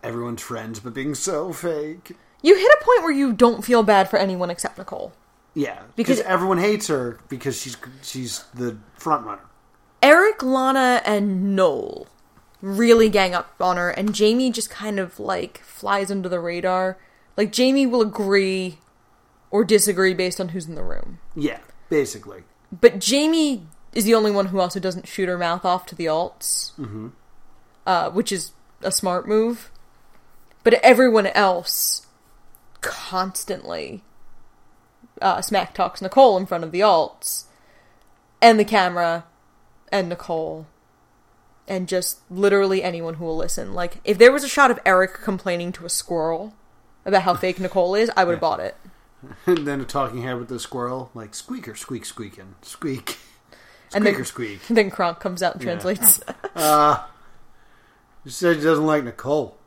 everyone's friends but being so fake? You hit a point where you don't feel bad for anyone except Nicole. Yeah, Because- because everyone hates her because she's she's the front runner. Eric, Lana, and Noel really gang up on her, and Jamie just kind of like flies under the radar. Like, Jamie will agree or disagree based on who's in the room. Yeah, basically. But Jamie is the only one who also doesn't shoot her mouth off to the alts, Mm-hmm. uh, which is a smart move. But everyone else constantly uh, smack talks Nicole in front of the alts and the camera and Nicole and just literally anyone who will listen. Like, if there was a shot of Eric complaining to a squirrel about how fake Nicole is, I would have bought it. And then a talking head with the squirrel, like squeaker, squeak, squeaking, squeak, squeaker, And then- squeak. Then Kronk comes out and Yeah. translates. Uh, you said he doesn't like Nicole.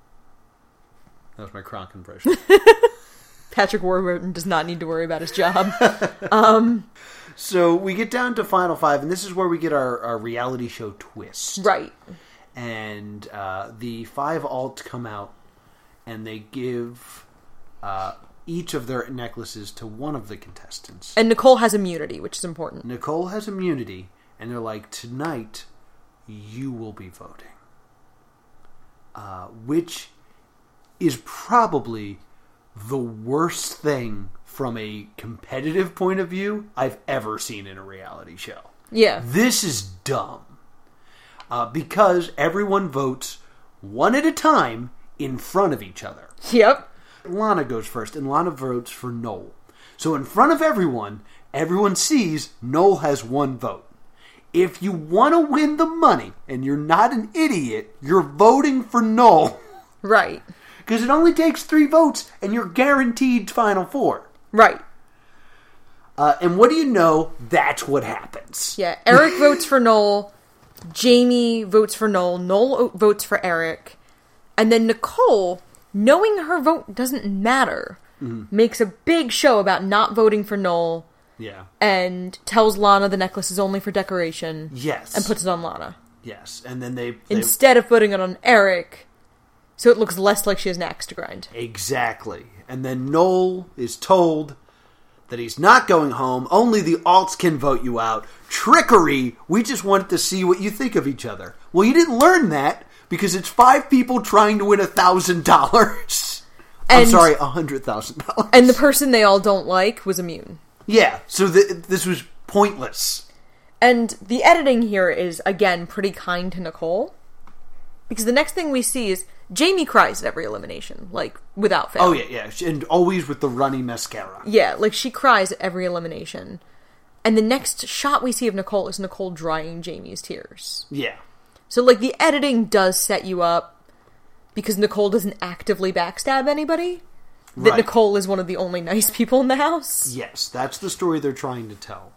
That was my Kronk impression. Patrick Warburton does not need to worry about his job. um, so we get down to final five, and this is where we get our, our reality show twist. right. and uh, the five alt come out, and they give uh, each of their necklaces to one of the contestants. And Nicole has immunity, which is important. Nicole has immunity, and they're like, tonight you will be voting, uh, which is probably the worst thing from a competitive point of view I've ever seen in a reality show. Yeah. This is dumb. Uh, because everyone votes one at a time in front of each other. Yep. Lana goes first, and Lana votes for Noel. So in front of everyone, everyone sees Noel has one vote. If you want to win the money and you're not an idiot, you're voting for Noel. Right. Because it only takes three votes and you're guaranteed Final Four. Right. Uh, and what do you know? That's what happens. Yeah. Eric votes for Noel. Jamie votes for Noel. Noel votes for Eric. And then Nicole, knowing her vote doesn't matter, Mhm. makes a big show about not voting for Noel Yeah. and tells Lana the necklace is only for decoration. Yes. And puts it on Lana. Yes. And then they. they Instead of putting it on Eric, so it looks less like she has an axe to grind. Exactly. And then Noel is told that he's not going home. Only the alts can vote you out. Trickery. We just wanted to see what you think of each other. Well, you didn't learn that because it's five people trying to win a thousand dollars. I'm And- sorry, a hundred thousand dollars. And the person they all don't like was immune. Yeah. So th- this was pointless. And the editing here is, again, pretty kind to Nicole. Because the next thing we see is Jamie cries at every elimination, like, without fail. Oh yeah, yeah, and always with the runny mascara. Yeah, like, she cries at every elimination. And the next shot we see of Nicole is Nicole drying Jamie's tears. Yeah. So, like, the editing does set you up because Nicole doesn't actively backstab anybody. That Right. Nicole is one of the only nice people in the house. Yes, that's the story they're trying to tell.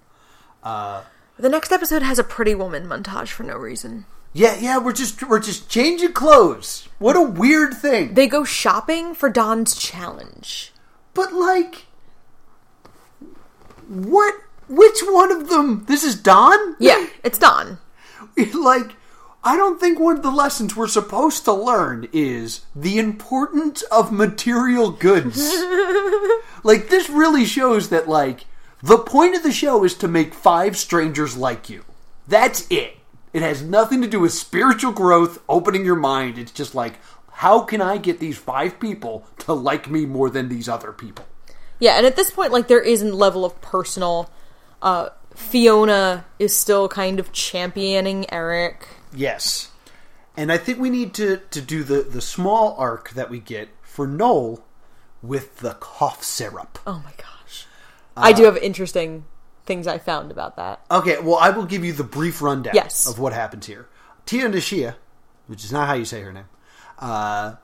Uh, The next episode has a pretty woman montage for no reason. yeah, yeah, we're just we're just changing clothes. What a weird thing. They go shopping for Don's challenge. But like, what? Which one of them? This is Don. Yeah, it's Don. like, I don't think one of the lessons we're supposed to learn is the importance of material goods. like, this really shows that like the point of the show is to make five strangers like you. That's it. It has nothing to do with spiritual growth, opening your mind. It's just like, how can I get these five people to like me more than these other people? Yeah, and at this point, like there is a level of personal. Uh, Fiona is still kind of championing Eric. Yes. And I think we need to, to do the, the small arc that we get for Noel with the cough syrup. Oh my gosh, I Uh, do have interesting things I found about that. Okay, well, I will give you the brief rundown Yes. of what happens here. Tia Nishia, which is not how you say her name, uh,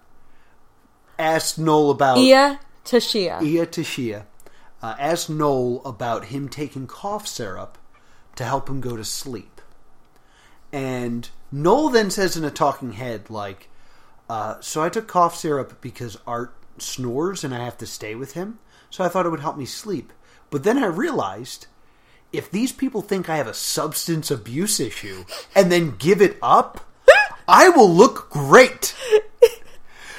asked Noel about. Ia Tashia. Ia Tashia uh, asked Noel about him taking cough syrup to help him go to sleep. And Noel then says in a talking head, like, uh, So I took cough syrup because Art snores and I have to stay with him, so I thought it would help me sleep. But then I realized if these people think I have a substance abuse issue and then give it up, I will look great.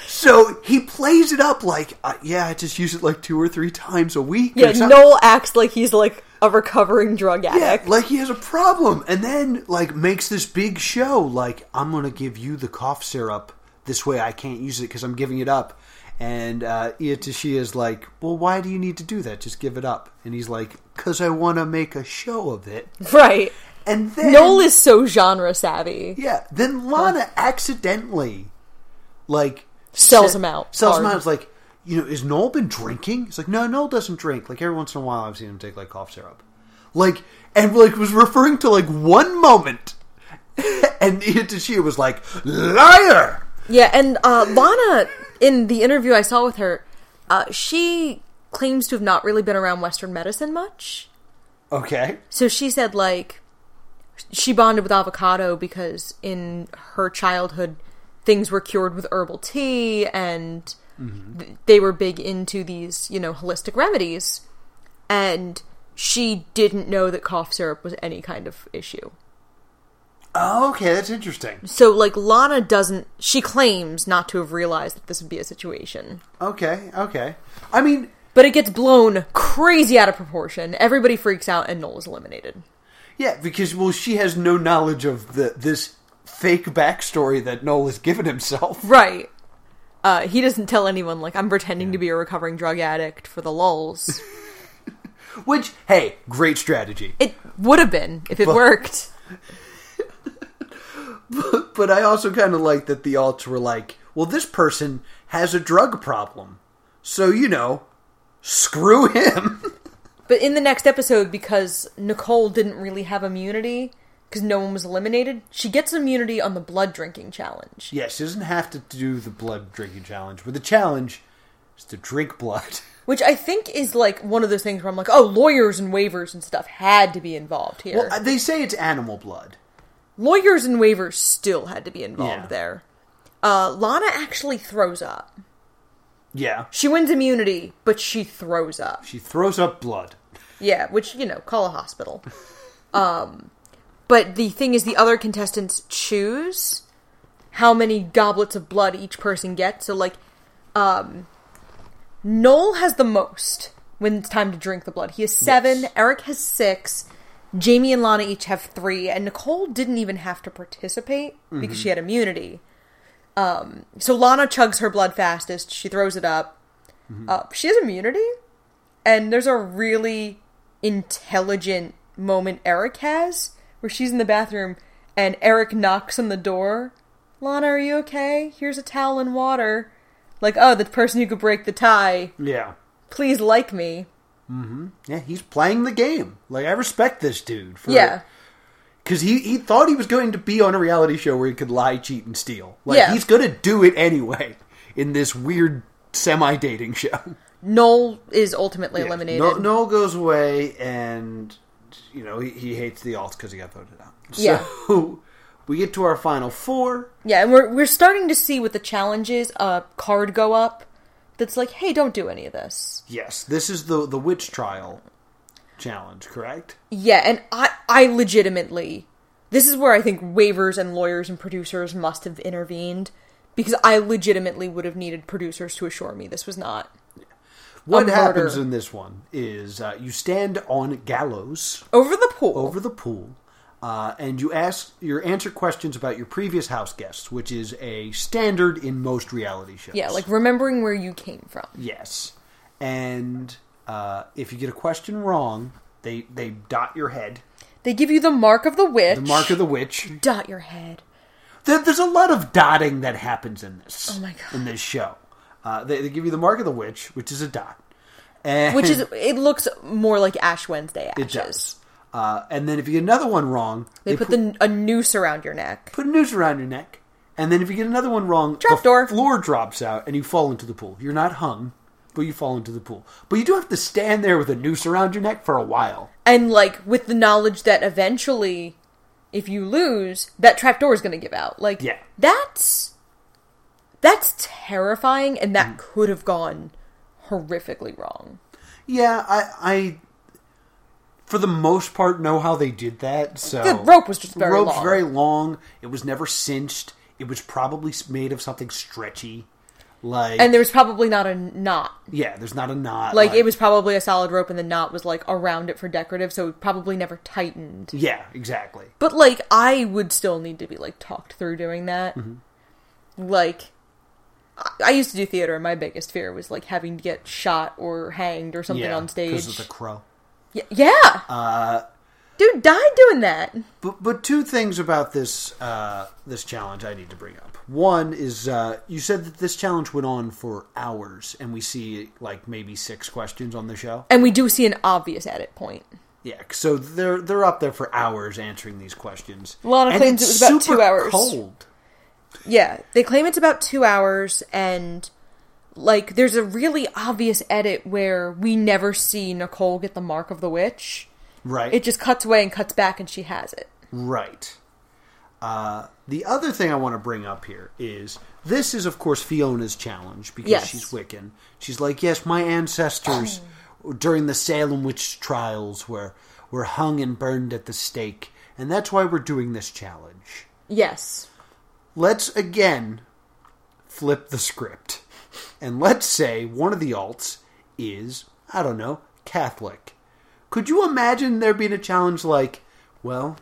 So he plays it up like, uh, yeah, I just use it like two or three times a week. or yeah, something. Noel acts like he's like a recovering drug addict. Yeah, like he has a problem, and then like makes this big show. Like I'm gonna give you the cough syrup. This way, I can't use it because I'm giving it up. And uh, Iyatashi is like, "Well, why do you need to do that? Just give it up." And he's like, "Cause I want to make a show of it." Right. And then Noel is so genre savvy. yeah. Then Lana accidentally like Sells se- him out Sells him hard. out. It's like you know, is Noel been drinking? It's like no, Noel doesn't drink. Like every once in a while, I've seen him take like cough syrup. Like and like was referring to like one moment, and Itachia was like liar. Yeah, and uh, Lana, in the interview I saw with her, uh, she claims to have not really been around Western medicine much. Okay. So she said, like, she bonded with avocado because in her childhood, things were cured with herbal tea and th- they were big into these, you know, holistic remedies. And she didn't know that cough syrup was any kind of issue. Oh, okay, that's interesting. So, like, Lana doesn't. She claims not to have realized that this would be a situation. Okay, okay. I mean, But it gets blown crazy out of proportion. Everybody freaks out, and Noel is eliminated. yeah, because well, she has no knowledge of the this fake backstory that Noel has given himself. Right. Uh, he doesn't tell anyone, like, I'm pretending to be a recovering drug addict for the lulls. Which, hey, great strategy. It would have been if it But- worked. but I also kind of like that the alts were like, well, this person has a drug problem. So, you know, screw him. But in the next episode, because Nicole didn't really have immunity, because no one was eliminated, she gets immunity on the blood drinking challenge. yeah, she doesn't have to do the blood drinking challenge, but the challenge is to drink blood. Which I think is like one of those things where I'm like, oh, lawyers and waivers and stuff had to be involved here. Well, they say it's animal blood. lawyers and waivers still had to be involved Yeah. there. Uh, Lana actually throws up. Yeah. She wins immunity, but she throws up. She throws up blood. Yeah, which you know, call a hospital. um, but the thing is, the other contestants choose how many goblets of blood each person gets. So, like, um, Noel has the most when it's time to drink the blood. He has seven. Eric has six. Jamie and Lana each have three, and Nicole didn't even have to participate because Mhm. she had immunity. Um, so Lana chugs her blood fastest. She throws it up. Uh, she has immunity, and there's a really intelligent moment Eric has where she's in the bathroom and Eric knocks on the door. Lana, are you okay? Here's a towel and water. Like, oh, the person who could break the tie. Yeah. Please like me. hmm Yeah, he's playing the game. Like, I respect this dude. For, Yeah. Because he, he thought he was going to be on a reality show where he could lie, cheat, and steal. Like, Yeah. he's going to do it anyway in this weird semi dating show. Noel is ultimately Yeah. eliminated. No- Noel goes away, and, you know, he, he hates the alts because he got voted out. Yeah. So, we get to our final four. Yeah, and we're we're starting to see with the challenges a card go up that's like, hey, don't do any of this. Yes, this is the, the witch trial challenge, correct? Yeah, and I I legitimately this is where I think waivers and lawyers and producers must have intervened because I legitimately would have needed producers to assure me this was not. What a happens murder. in this one is uh, you stand on gallows over the pool, over the pool, uh, and you ask your answer questions about your previous house guests, which is a standard in most reality shows. Yeah, like remembering where you came from. yes, and uh, if you get a question wrong, they they dot your head, They give you the mark of the witch. the mark of the witch. dot your head. There, there's a lot of dotting that happens in this. Oh my God. In this show, uh, they, they give you the mark of the witch, which is a dot, and Which is it looks more like Ash Wednesday It ashes. does. Uh, and then if you get another one wrong, They, put, the, a noose around your neck. put a noose around your neck. And then if you get another one wrong, the floor drops out and you fall into the pool. You're not hung, but you fall into the pool. But you do have to stand there with a noose around your neck for a while. And like with the knowledge that eventually if you lose, that trapdoor is gonna give out. Like Yeah. that's that's terrifying and Mm. that could have gone horrifically wrong. Yeah, I, I for the most part know how they did that. So The rope was just very rope's long. very long. It was never cinched. It was probably made of something stretchy, like And there was probably not a knot. yeah. There's not a knot. Like it was probably a solid rope and the knot was like around it for decorative, so it probably never tightened. yeah, exactly. But like I would still need to be like talked through doing that. Mhm. Like I- I used to do theater and my biggest fear was like having to get shot or hanged or something Yeah, on stage. because of the crow. Y- yeah. Uh, Dude died doing that. But but two things about this uh, this challenge I need to bring up. One is uh, you said that this challenge went on for hours, and we see like maybe six questions on the show. And we do see an obvious edit point. Yeah, so they're they're up there for hours answering these questions. Lana and claims it it's was about two super hours. Cold. Yeah, they claim it's about two hours, and like there's a really obvious edit where we never see Nicole get the mark of the witch. Right. It just cuts away and cuts back, and she has it. Right. Uh, the other thing I want to bring up here is this is, of course, Fiona's challenge because Yes. she's Wiccan. She's like, yes, my ancestors during the Salem witch trials were were hung and burned at the stake, And that's why we're doing this challenge. Yes. Let's again flip the script. And let's say one of the alts is, I don't know, Catholic. Could you imagine there being a challenge like, well,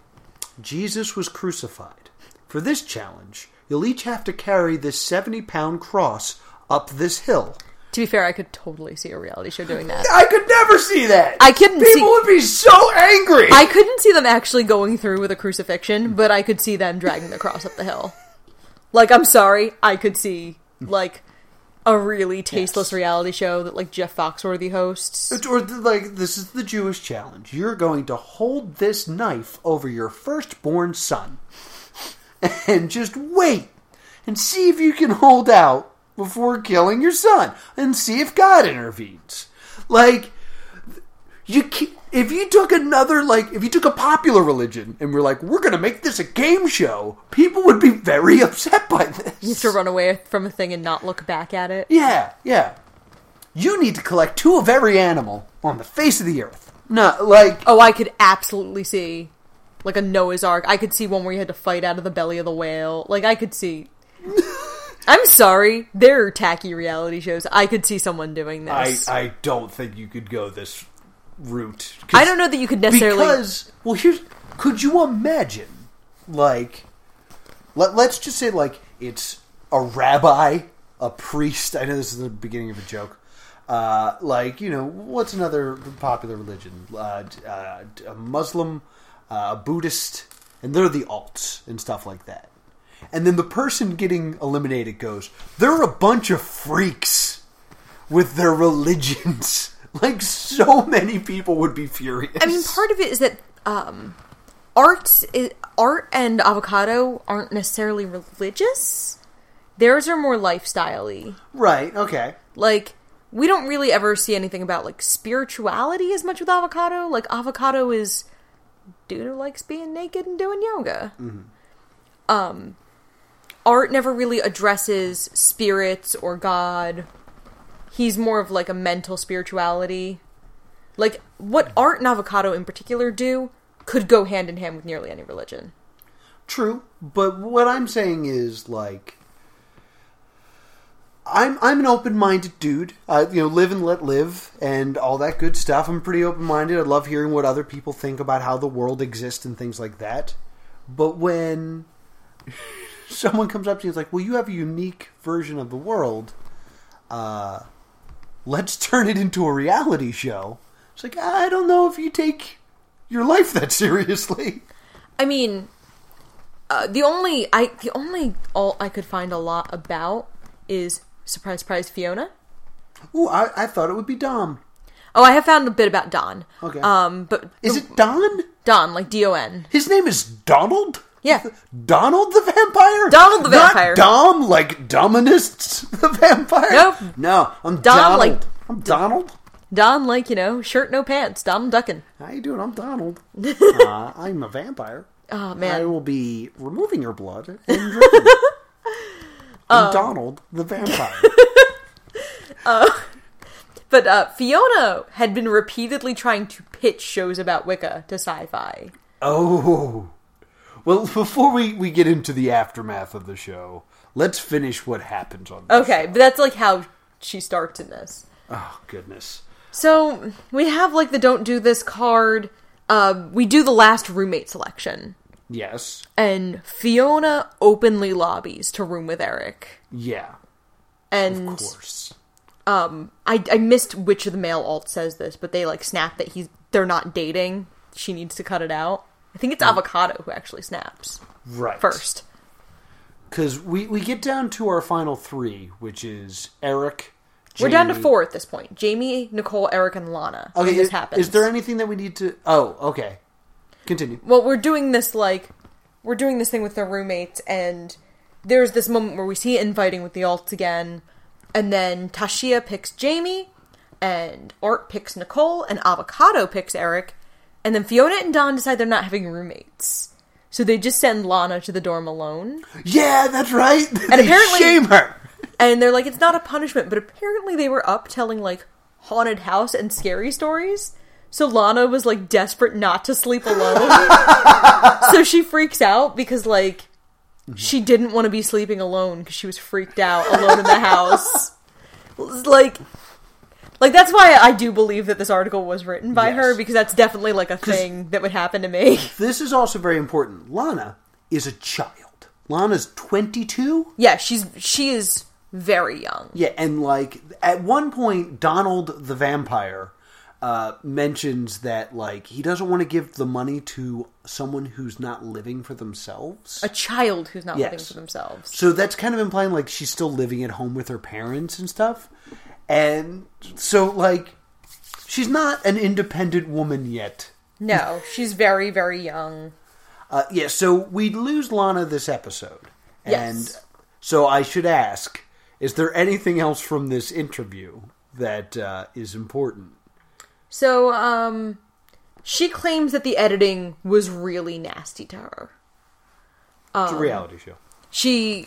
Jesus was crucified? For this challenge, you'll each have to carry this 70 pound cross up this hill. To be fair, I could totally see a reality show doing that. I could never see that. I couldn't People see- would be so angry. I couldn't see them actually going through with a crucifixion, but I could see them dragging the cross up the hill. Like, I'm sorry, I could see, like, a really tasteless reality show that, like, Jeff Foxworthy hosts. It's- or th- like this is the Jewish challenge. You're going to hold this knife over your firstborn son, and just wait and see if you can hold out before killing your son, and see if God intervenes. Like you, ca if you took another, like if you took a popular religion and we're like, we're going to make this a game show, people would be very upset by this. You have to run away from a thing and not look back at it. Yeah, yeah. You need to collect two of every animal on the face of the earth. No, like oh, I could absolutely see like a Noah's Ark. I could see one where you had to fight out of the belly of the whale. Like I could see. I'm sorry, there are tacky reality shows. I could see someone doing I, this. I don't think you could go this route. I don't know that you could necessarily- Because, well, here's. Could you imagine, like, let, let's just say, like, it's a rabbi, a priest. I know this is the beginning of a joke. Uh, like, you know, what's another popular religion? Uh, d- uh, d- a Muslim, uh, Buddhist, and they're the alts and stuff like that. And then the person getting eliminated goes, they're a bunch of freaks with their religions. like so many people would be furious. I mean, part of it is that um, arts, i art and avocado aren't necessarily religious. Theirs are more lifestyle-y. right? Okay. Like we don't really ever see anything about like spirituality as much with avocado. Like avocado is dude who likes being naked and doing yoga. um art never really addresses spirits or god he's more of like a mental spirituality like what art and avocado in particular do could go hand in hand with nearly any religion True, but what I'm saying is like I'm I'm an open-minded dude. I you know, live and let live and all that good stuff. I'm pretty open-minded. I love hearing what other people think about how the world exists and things like that. But when someone comes up to you and is like, "Well, you have a unique version of the world. Uh, let's turn it into a reality show." It's like, "I don't know if you take your life that seriously." i mean uh, the only i the only all i could find a lot about is surprise surprise fiona Ooh, I, I thought it would be Dom. oh i have found a bit about don Okay. um but is it don don like don His name is Donald? yeah Donald the vampire? Donald the Not vampire. Dom, like Dominists the vampire? Nope. No, I'm Dom, Donald. like- I'm Donald. Don, like, you know, shirt, no pants, Don Duckin. How you doing? I'm Donald. uh, I'm a vampire. Oh, man. I will be removing your blood and drinking it. Oh. I'm Donald the vampire. Uh, but uh, Fiona had been repeatedly trying to pitch shows about Wicca to sci fi. Oh. Well, before we, we get into the aftermath of the show, let's finish what happens on this. Okay, but that's like how she starts in this. Oh, goodness. So we have like the don't do this card. Uh, we do the last roommate selection. Yes. And Fiona openly lobbies to room with Eric. Yeah. And Of course. um I, I missed which of the male alt says this, but they like snap that he's they're not dating. She needs to cut it out. I think it's Mm. Avocado who actually snaps. Right. First. Because we, we get down to our final three, which is Eric. We're down to Jamie- four at this point. Jamie, Nicole, Eric, and Lana. when Okay, this is, happens. is there anything that we need to? Oh, okay. Continue. well we're doing this like we're doing this thing with their roommates and there's this moment where we see infighting with the alts again and then tashia picks jamie and art picks nicole and avocado picks eric and then fiona and don decide they're not having roommates so they just send lana to the dorm alone Yeah, that's right. and apparently shame her. and they're like it's not a punishment but apparently they were up telling like haunted house and scary stories So Lana was like desperate not to sleep alone. so she freaks out because like she didn't want to be sleeping alone because she was freaked out alone in the house. Like like that's why I do believe that this article was written by her because that's definitely like a thing that would happen to me. This is also very important. Lana is a child. Lana's 22. Yeah, she's she is very young. Yeah, and like at one point, Donald the vampire uh, mentions that like he doesn't want to give the money to someone who's not living for themselves. A child who's not living Yes. for themselves. So that's kind of implying like she's still living at home with her parents and stuff. And so like she's not an independent woman yet. No, she's very very young. Uh, yeah, so we lose Lana this episode. Yes. And so I should ask is there anything else from this interview that uh, is important? So um she claims that the editing was really nasty to her. It's a Um, reality show. she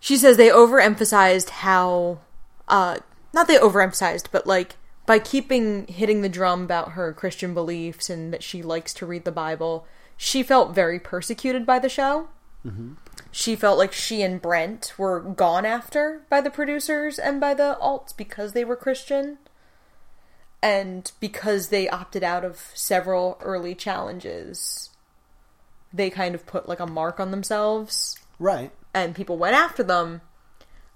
she says they overemphasized how uh not they overemphasized but like by keeping hitting the drum about her christian beliefs and that she likes to read the bible she felt very persecuted by the show Mm-hmm. she felt like she and brent were gone after by the producers and by the alts because they were christian and because they opted out of several early challenges they kind of put like a mark on themselves Right. and people went after them.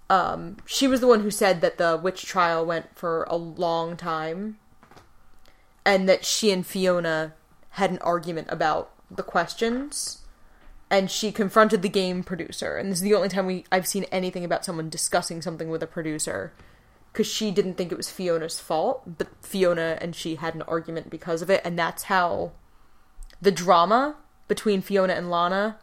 Um, she was the one who said that the witch trial went for a long time, and that she and Fiona had an argument about the questions, and she confronted the game producer. And this is the only time we I've seen anything about someone discussing something with a producer, because she didn't think it was Fiona's fault, but Fiona and she had an argument because of it, and that's how the drama between Fiona and Lana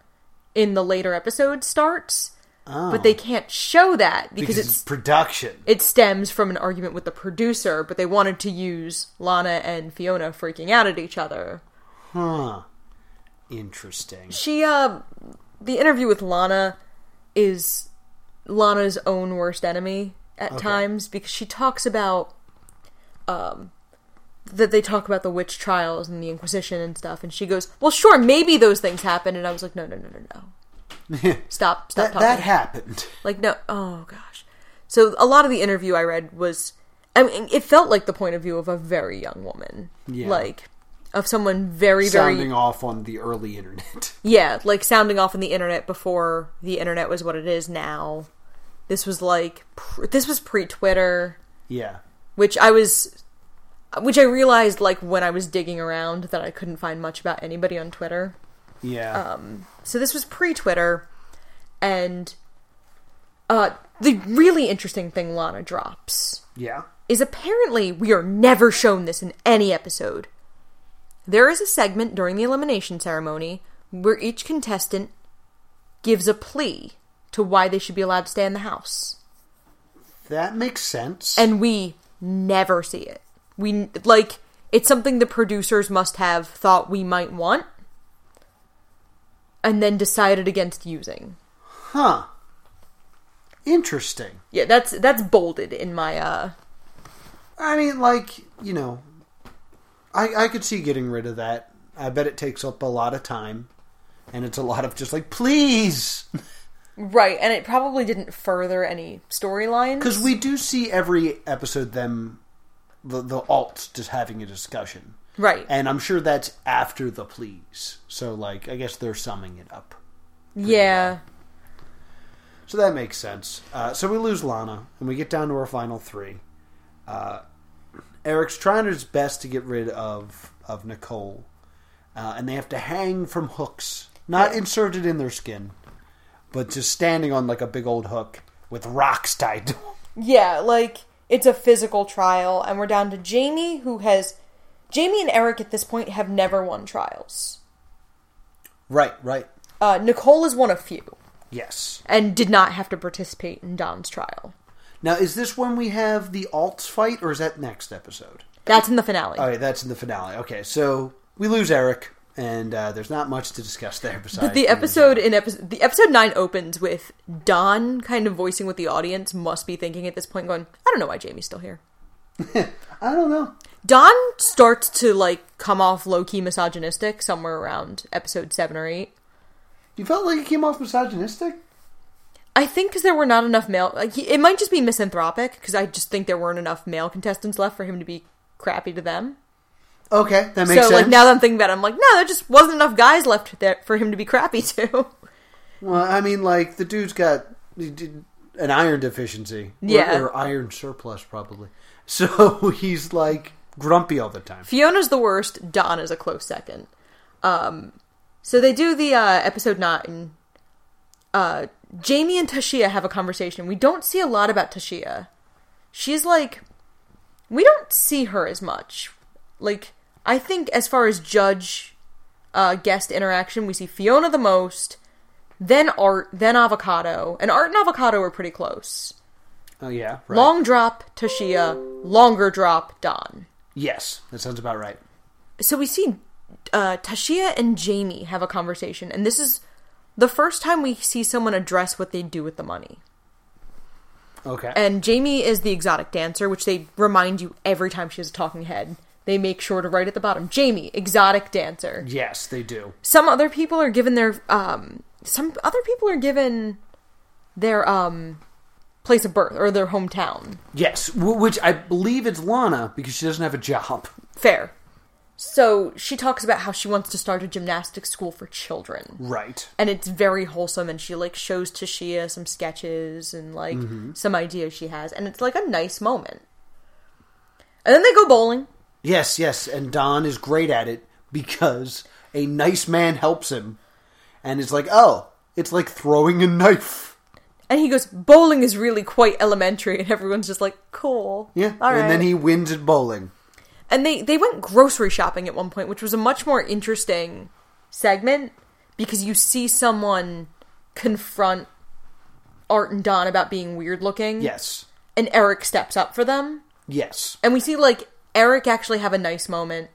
in the later episode starts. Oh. But they can't show that because, it's production. it stems from an argument with the producer, but they wanted to use Lana and Fiona freaking out at each other. Huh. Interesting. She uh the interview with Lana is Lana's own worst enemy at Okay. times because she talks about um that they talk about the witch trials and the Inquisition and stuff, and she goes, "Well, sure, maybe those things happened," and I was like, "No, no, no, no, no, stop, stop that, talking." that happened. Like no, oh gosh. So a lot of the interview I read was, I mean, it felt like the point of view of a very young woman, Yeah. like of someone very, very, Sounding off on the early internet. yeah, like sounding off on the internet before the internet was what it is now. This was like pr- this was pre Twitter, yeah. which I was, which I realized like when I was digging around that I couldn't find much about anybody on Twitter. Yeah. Um, so this was pre Twitter, and uh, the really interesting thing Lana drops Yeah. is apparently we are never shown this in any episode. There is a segment during the elimination ceremony where each contestant gives a plea to why they should be allowed to stay in the house, That makes sense. and we never see it. We like it's something the producers must have thought we might want and then decided against using. Huh. Interesting. Yeah, that's that's bolded in my uh I mean, like, you know, I, I could see getting rid of that. I bet it takes up a lot of time. And it's a lot of just like, please. right, and it probably didn't further any storylines. Because we do see every episode them, the, the alts, just having a discussion. Right. And I'm sure that's after the please. So, like, I guess they're summing it up. Yeah. So that makes sense. Uh, so we lose Lana, and we get down to our final three. Uh, Eric's trying his best to get rid of of Nicole, uh, and they have to hang from hooks, not inserted in their skin, but just standing on like a big old hook with rocks tied. to 'em. Yeah, like it's a physical trial, and we're down to Jamie, who has Jamie and Eric at this point have never won trials. right, right. Uh, Nicole is one of few Yes. and did not have to participate in Don's trial. Now, is this when we have the alts fight, or is that next episode? That's in the finale. Okay, that's in the finale. Okay, so we lose Eric, and uh, there's not much to discuss there besides But the we lose episode in episode the episode nine opens with Don kind of voicing what the audience must be thinking at this point, going, "I don't know why Jamie's still here." I don't know. Don starts to like come off low key misogynistic somewhere around episode seven or eight. You felt like it came off misogynistic. I think because there were not enough male. Like, he- it might just be misanthropic because I just think there weren't enough male contestants left for him to be crappy to them. Okay, that so makes sense. like now that I'm thinking about it, I'm like, no, there just wasn't enough guys left there for him to be crappy to. Well, I mean, like the dude's got he did an iron deficiency, Or- Yeah. or, iron surplus probably. So he's like grumpy all the time. Fiona's the worst. Don is a close second. Um, so they do the uh, episode nine. Uh, Jamie and Tashia have a conversation. We don't see a lot about Tashia. She's like, we don't see her as much. Like, I think as far as judge uh, guest interaction, we see Fiona the most, then Art, then Avocado, and Art and Avocado are pretty close. Oh yeah, right. Long drop Tashia, longer drop Don. Yes, that sounds about right. so we see uh, Tashia and Jamie have a conversation, and this is the first time we see someone address what they do with the money. Okay. And Jamie is the exotic dancer, which they remind you every time she has a talking head. They make sure to write at the bottom, Jamie, exotic dancer. yes, they do. Some other people are given their um, some other people are given their um place of birth or their hometown. Yes, w- which I believe it's Lana because she doesn't have a job. Fair. So she talks about how she wants to start a gymnastics school for children. Right. and it's very wholesome and she like shows Tashia some sketches and like Mhm. some ideas she has and it's like a nice moment. And then they go bowling. Yes, yes, and Don is great at it because a nice man helps him, and it's like, oh, it's like throwing a knife. And he goes, bowling is really quite elementary, and everyone's just like, cool. Yeah, All and right. then he wins at bowling. And they, they went grocery shopping at one point, which was a much more interesting segment because you see someone confront Art and Don about being weird looking. Yes, And Eric steps up for them. yes, And we see like Eric actually have a nice moment.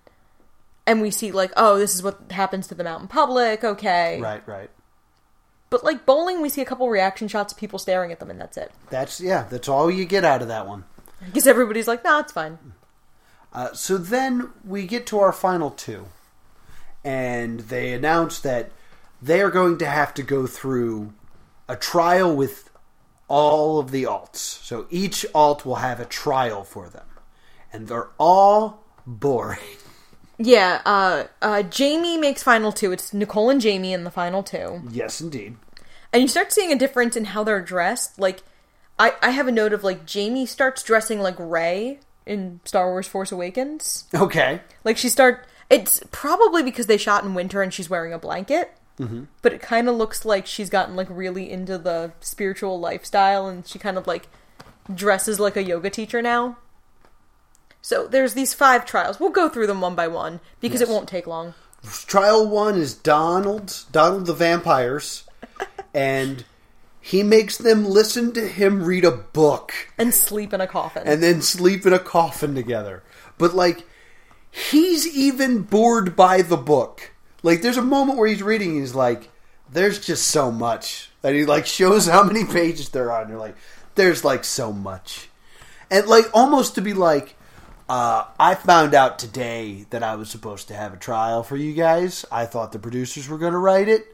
And we see like, oh, this is what happens to them out in public, okay. right, right. But like bowling, we see a couple reaction shots of people staring at them and that's it. That's yeah, that's all you get out of that one. Because everybody's like, nah, it's fine. Uh, so then we get to our final two, and they announce that they are going to have to go through a trial with all of the alts. So each alt will have a trial for them, and they're all boring. Yeah, uh, uh, Jamie makes final two. It's Nicole and Jamie in the final two. Yes, indeed. And you start seeing a difference in how they're dressed. Like, I, I have a note of like Jamie starts dressing like Rey in Star Wars Force Awakens. Okay. Like, she start. It's probably because they shot in winter and she's wearing a blanket. Mm-hmm. but it kind of looks like she's gotten like really into the spiritual lifestyle and she kind of like dresses like a yoga teacher now. So there's these five trials. We'll go through them one by one because it won't take long. Trial one is Donald, Donald the Vampires, and he makes them listen to him read a book. And sleep in a coffin. and then sleep in a coffin together. But like, he's even bored by the book. Like, there's a moment where he's reading, and he's like, "There's just so much," and he like shows how many pages there are, and you're like, "There's like so much," and like almost to be like. Uh, I found out today that I was supposed to have a trial for you guys. I thought the producers were going to write it.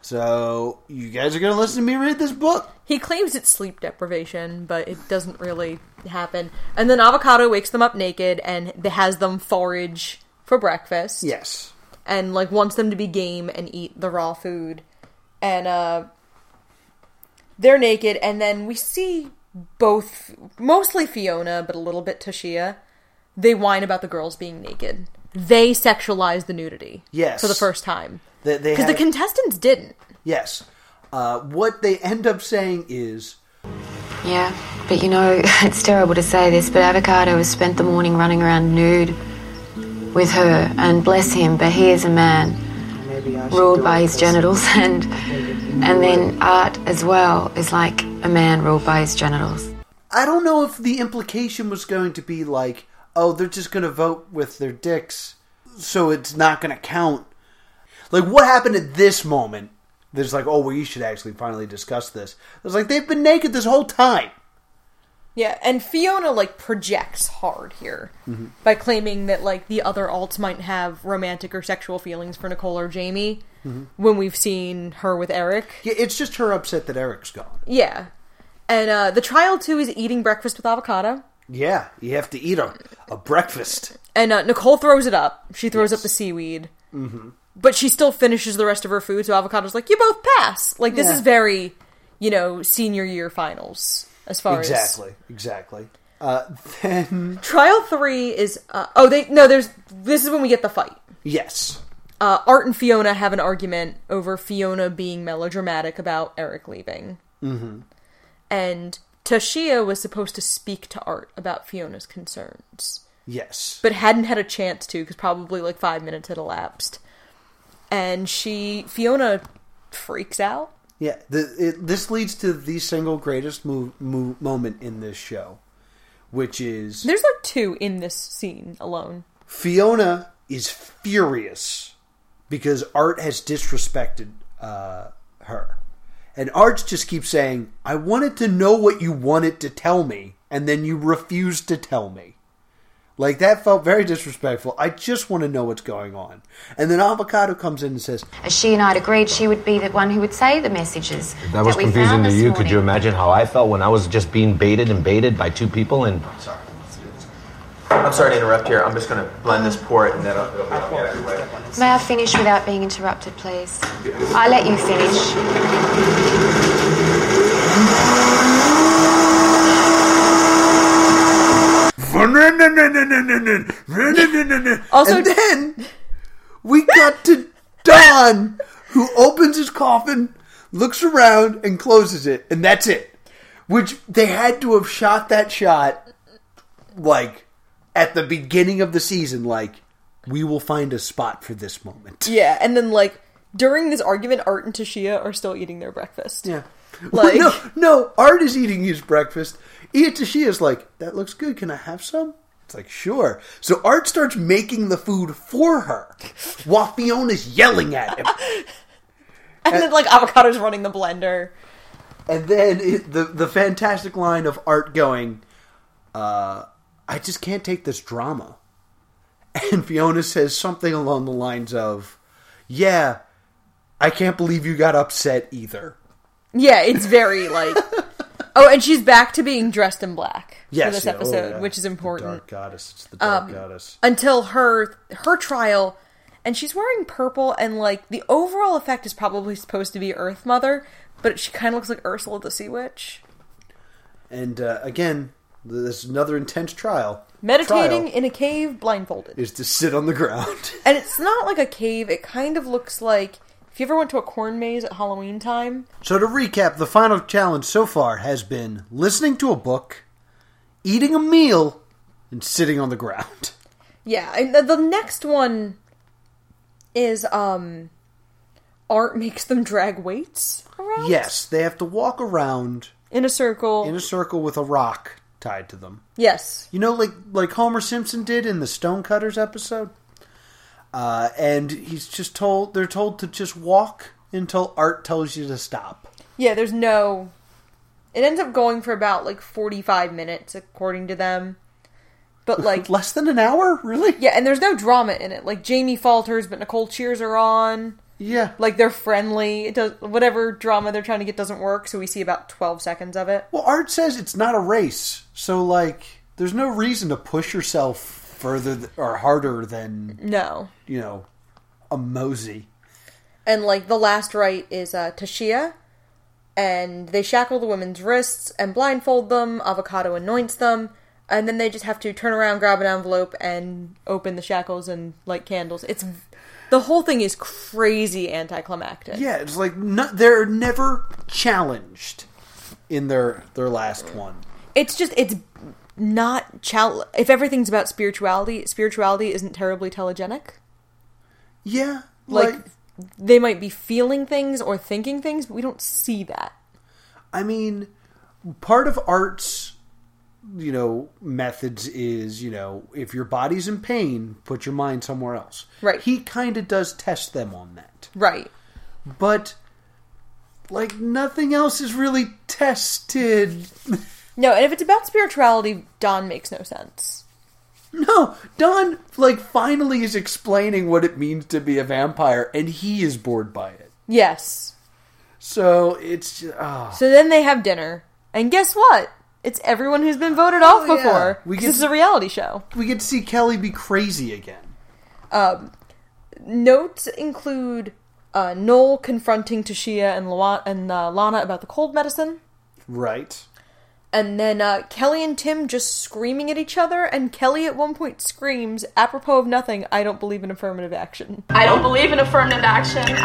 So, you guys are going to listen to me read this book. he claims it's sleep deprivation, but it doesn't really happen. And then Avocado wakes them up naked and has them forage for breakfast. Yes. and like wants them to be game and eat the raw food and uh they're naked and then we see both mostly Fiona but a little bit Tashia they whine about the girls being naked they sexualize the nudity Yes. for the first time They, they because the have- contestants didn't Yes. Uh, what they end up saying is, Yeah, but you know, it's terrible to say this, but Avocado has spent the morning running around nude with her, and bless him, but he is a man. Ruled by his genitals, and and then art as well is like a man ruled by his genitals. I don't know if the implication was going to be like, oh, they're just going to vote with their dicks, so it's not going to count. Like, what happened at this moment? There's like, oh, we should actually finally discuss this. It's like they've been naked this whole time. Yeah, and Fiona like projects hard here Mhm. by claiming that like the other alts might have romantic or sexual feelings for Nicole or Jamie Mhm. when we've seen her with Eric. Yeah, it's just her upset that Eric's gone. Yeah. And uh, the trial too is eating breakfast with avocado. Yeah, you have to eat a, a breakfast. And uh, Nicole throws it up. She throws up the seaweed. Mm-hmm. But she still finishes the rest of her food, so Avocado's like, you both pass. Like, this Yeah. is very, you know, senior year finals as far as. Exactly, exactly. Uh, then Trial three is. Uh, oh, they. No, there's. This is when we get the fight. yes, Uh, Art and Fiona have an argument over Fiona being melodramatic about Eric leaving. mm-hmm. And Tashia was supposed to speak to Art about Fiona's concerns. yes, but hadn't had a chance to because probably like five minutes had elapsed. And she, Fiona, freaks out. yeah. The, it, this leads to the single greatest mo- mo- moment in this show, which is There's like two in this scene alone. Fiona is furious because Art has disrespected uh, her. And Art just keeps saying, I wanted to know what you wanted to tell me, and then you refused to tell me. Like, that felt very disrespectful. I just want to know what's going on. And then Avocado comes in and says, As she and I had agreed, she would be the one who would say the messages that, That was we confusing found to this you. morning. Could you imagine how I felt when I was just being baited and baited by two people? And Sorry. I'm sorry to interrupt here. I'm just going to blend this port and then it'll, it'll be May I finish without being interrupted, please? I let you finish. Also, and then we got to Don, who opens his coffin, looks around, and closes it, and that's it. Which they had to have shot that shot like at the beginning of the season. Like we will find a spot for this moment. Yeah, and then like during this argument, Art and Tashia are still eating their breakfast. Yeah. Like- no, no. Art is eating his breakfast. Itashi is like, "That looks good. Can I have some?" It's like, "Sure." So Art starts making the food for her, while Fiona's yelling at him. and then like Avocado's running the blender. And then it, the the fantastic line of Art going, uh, "I just can't take this drama," and Fiona says something along the lines of, "Yeah, I can't believe you got upset either." Yeah, it's very like. oh, and she's back to being dressed in black for Yes, this yeah, oh, episode, yeah. which is important. Dark goddess, it's the dark Um, goddess. until her her trial and she's wearing purple and like the overall effect is probably supposed to be earth mother but she kind of looks like ursula the sea witch And uh, again, th- this is another intense trial. meditating Trial in a cave blindfolded is to sit on the ground. and it's not like a cave it kind of looks like if you ever went to a corn maze at halloween time so to recap, the final challenge so far has been listening to a book, eating a meal, and sitting on the ground. yeah and the, the next one is um art makes them drag weights around Yes, they have to walk around in a circle in a circle with a rock tied to them. yes You know, like like Homer Simpson did in the Stonecutters episode. Uh, and he's just told they're told to just walk until Art tells you to stop. Yeah, there's no. It ends up going for about like 45 minutes, according to them. But like. Less than an hour? Really? Yeah, and there's no drama in it. Like, Jamie falters, but Nicole cheers her on. Yeah. Like, they're friendly. It does Whatever drama they're trying to get doesn't work, so we see about 12 seconds of it. Well, Art says it's not a race, so like, there's no reason to push yourself further th- or harder than No. you know a mosey. And like, the last rite is uh, Tashia. And they shackle the women's wrists and blindfold them. Avocado anoints them. And then they just have to turn around, grab an envelope, and open the shackles and light candles. It's the whole thing is crazy anticlimactic. Yeah, it's like no, they're never challenged in their their last one. It's just it's not chal. If everything's about spirituality, spirituality isn't terribly telegenic. Yeah, like, like- they might be feeling things or thinking things, but we don't see that. I mean, part of art's you know methods is you know if your body's in pain, put your mind somewhere else. Right. He kind of does test them on that. Right. But like nothing else is really tested. No, and if it's about spirituality, Don makes no sense. No, Don like finally is explaining what it means to be a vampire, and he is bored by it. Yes. So it's just, ah. So then they have dinner, and guess what? It's everyone who's been voted off yeah. before. We 'cause get this is to- a reality show. we get to see Kelly be crazy again. Um, notes include uh, Noel confronting Tashia and, Luan- and uh, Lana about the cold medicine, Right. and then uh, Kelly and Tim just screaming at each other, and Kelly at one point screams, apropos of nothing, I don't believe in affirmative action. I don't believe in affirmative action.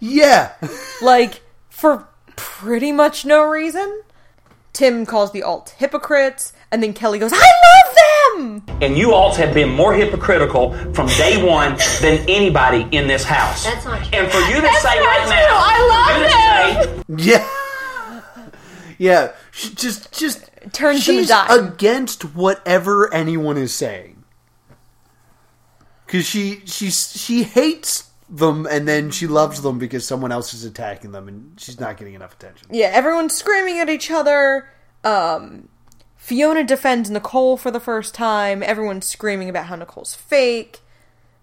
Yeah. like, for pretty much no reason. Tim calls the alt hypocrites, and then Kelly goes, I love them! And you all have been more hypocritical from day one than anybody in this house. That's not true. And for you to That's say not right true. now, I for love you to him. say, Yeah. yeah. She just just turns she's him a dime. against whatever anyone is saying. Cause she she's she hates them and then she loves them because someone else is attacking them and she's not getting enough attention. Yeah, everyone's screaming at each other. Um, Fiona defends Nicole for the first time. Everyone's screaming about how Nicole's fake.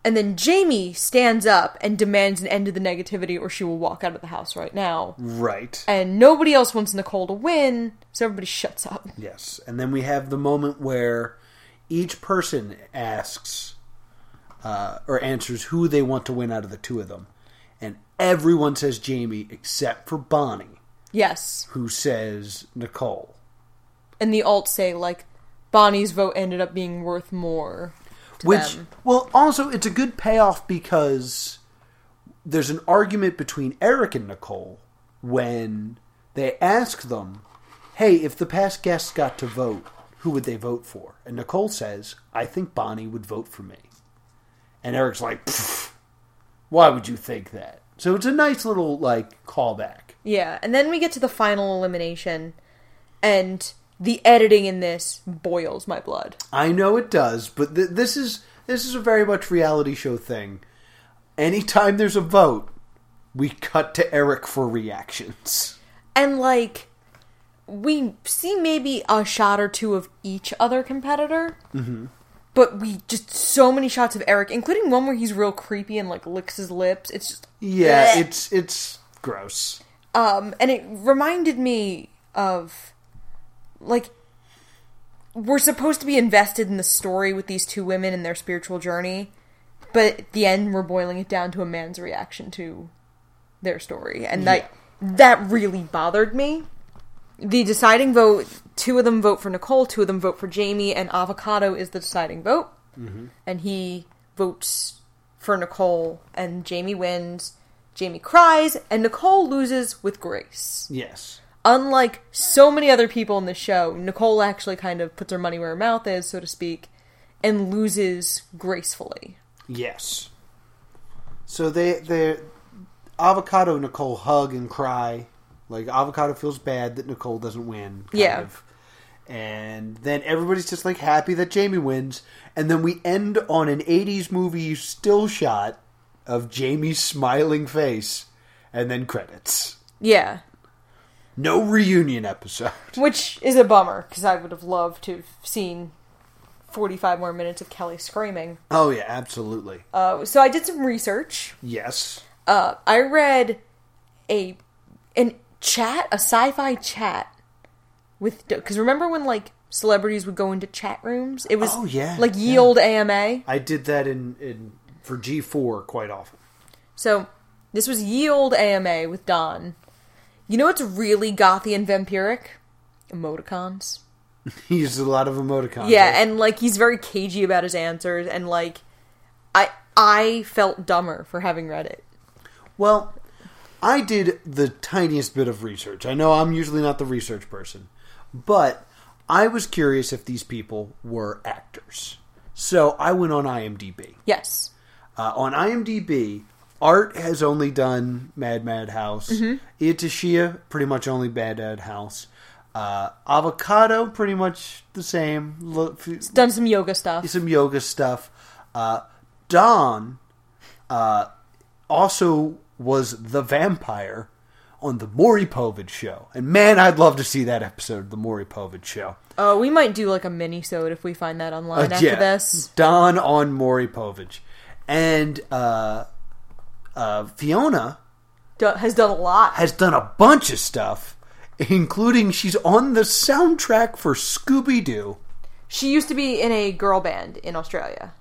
And then Jamie stands up and demands an end to the negativity or she will walk out of the house right now. Mm. Right. And nobody else wants Nicole to win, so everybody shuts up. Yes. And then we have the moment where each person asks uh, or answers who they want to win out of the two of them. And everyone says Jamie except for Bonnie, Yes. who says Nicole. And the alt say, like, Bonnie's vote ended up being worth more. To Which, them. well, also, it's a good payoff because there's an argument between Eric and Nicole when they ask them, hey, if the past guests got to vote, who would they vote for? And Nicole says, I think Bonnie would vote for me. And Eric's like, "Pfft, why would you think that? So it's a nice little, like, callback. Yeah, and then we get to the final elimination, and the editing in this boils my blood. I know it does, but th- this is this is a very much reality show thing. Anytime there's a vote, we cut to Eric for reactions. and like we see maybe a shot or two of each other competitor Mm-hmm. but we just so many shots of eric including one where he's real creepy and like licks his lips it's just Yeah, Blech. it's it's gross. um and it reminded me of like we're supposed to be invested in the story with these two women and their spiritual journey but at the end we're boiling it down to a man's reaction to their story and that that really bothered me the deciding vote two of them vote for nicole two of them vote for jamie and avocado is the deciding vote Mhm. and he votes for nicole and jamie wins jamie cries and nicole loses with grace Yes. unlike so many other people in the show nicole actually kind of puts her money where her mouth is so to speak and loses gracefully Yes. So they they avocado and Nicole hug and cry. Like avocado feels bad that Nicole doesn't win. kind Yeah. of. And then everybody's just like happy that Jamie wins, and then we end on an '80s movie still shot of Jamie's smiling face, and then credits. yeah No reunion episode. Which is a bummer because I would have loved to have seen 45 more minutes of Kelly screaming. Oh yeah, absolutely. Uh, so I did some research. Yes. Uh, I read a an chat, a sci-fi chat with because remember when like celebrities would go into chat rooms? It was Oh, yeah, like ye yeah. old AMA. I did that in, in for G four quite often. So this was ye old AMA with Don. You know what's really gothy and vampiric? Emoticons. he used a lot of emoticons. yeah, right? and like he's very cagey about his answers, and like I I felt dumber for having read it. Well, I did the tiniest bit of research. I know I'm usually not the research person, but I was curious if these people were actors. So I went on IMDb. Yes. Uh, on IMDb, Art has only done Mad Mad House. Mhm. Itashia, pretty much only Mad Mad House. Uh, Avocado, pretty much the same. Lo- f- Done some yoga stuff. some yoga stuff. Uh, Don uh, also was the vampire on the Maury Povich show. And man, I'd love to see that episode of the Maury Povich show. Oh, we might do like a mini sode if we find that online Uh, after yeah. this. Don on Maury Povich. And uh, uh, Fiona Do- has done a lot. has done a bunch of stuff, including she's on the soundtrack for Scooby Doo. She used to be in a girl band in Australia.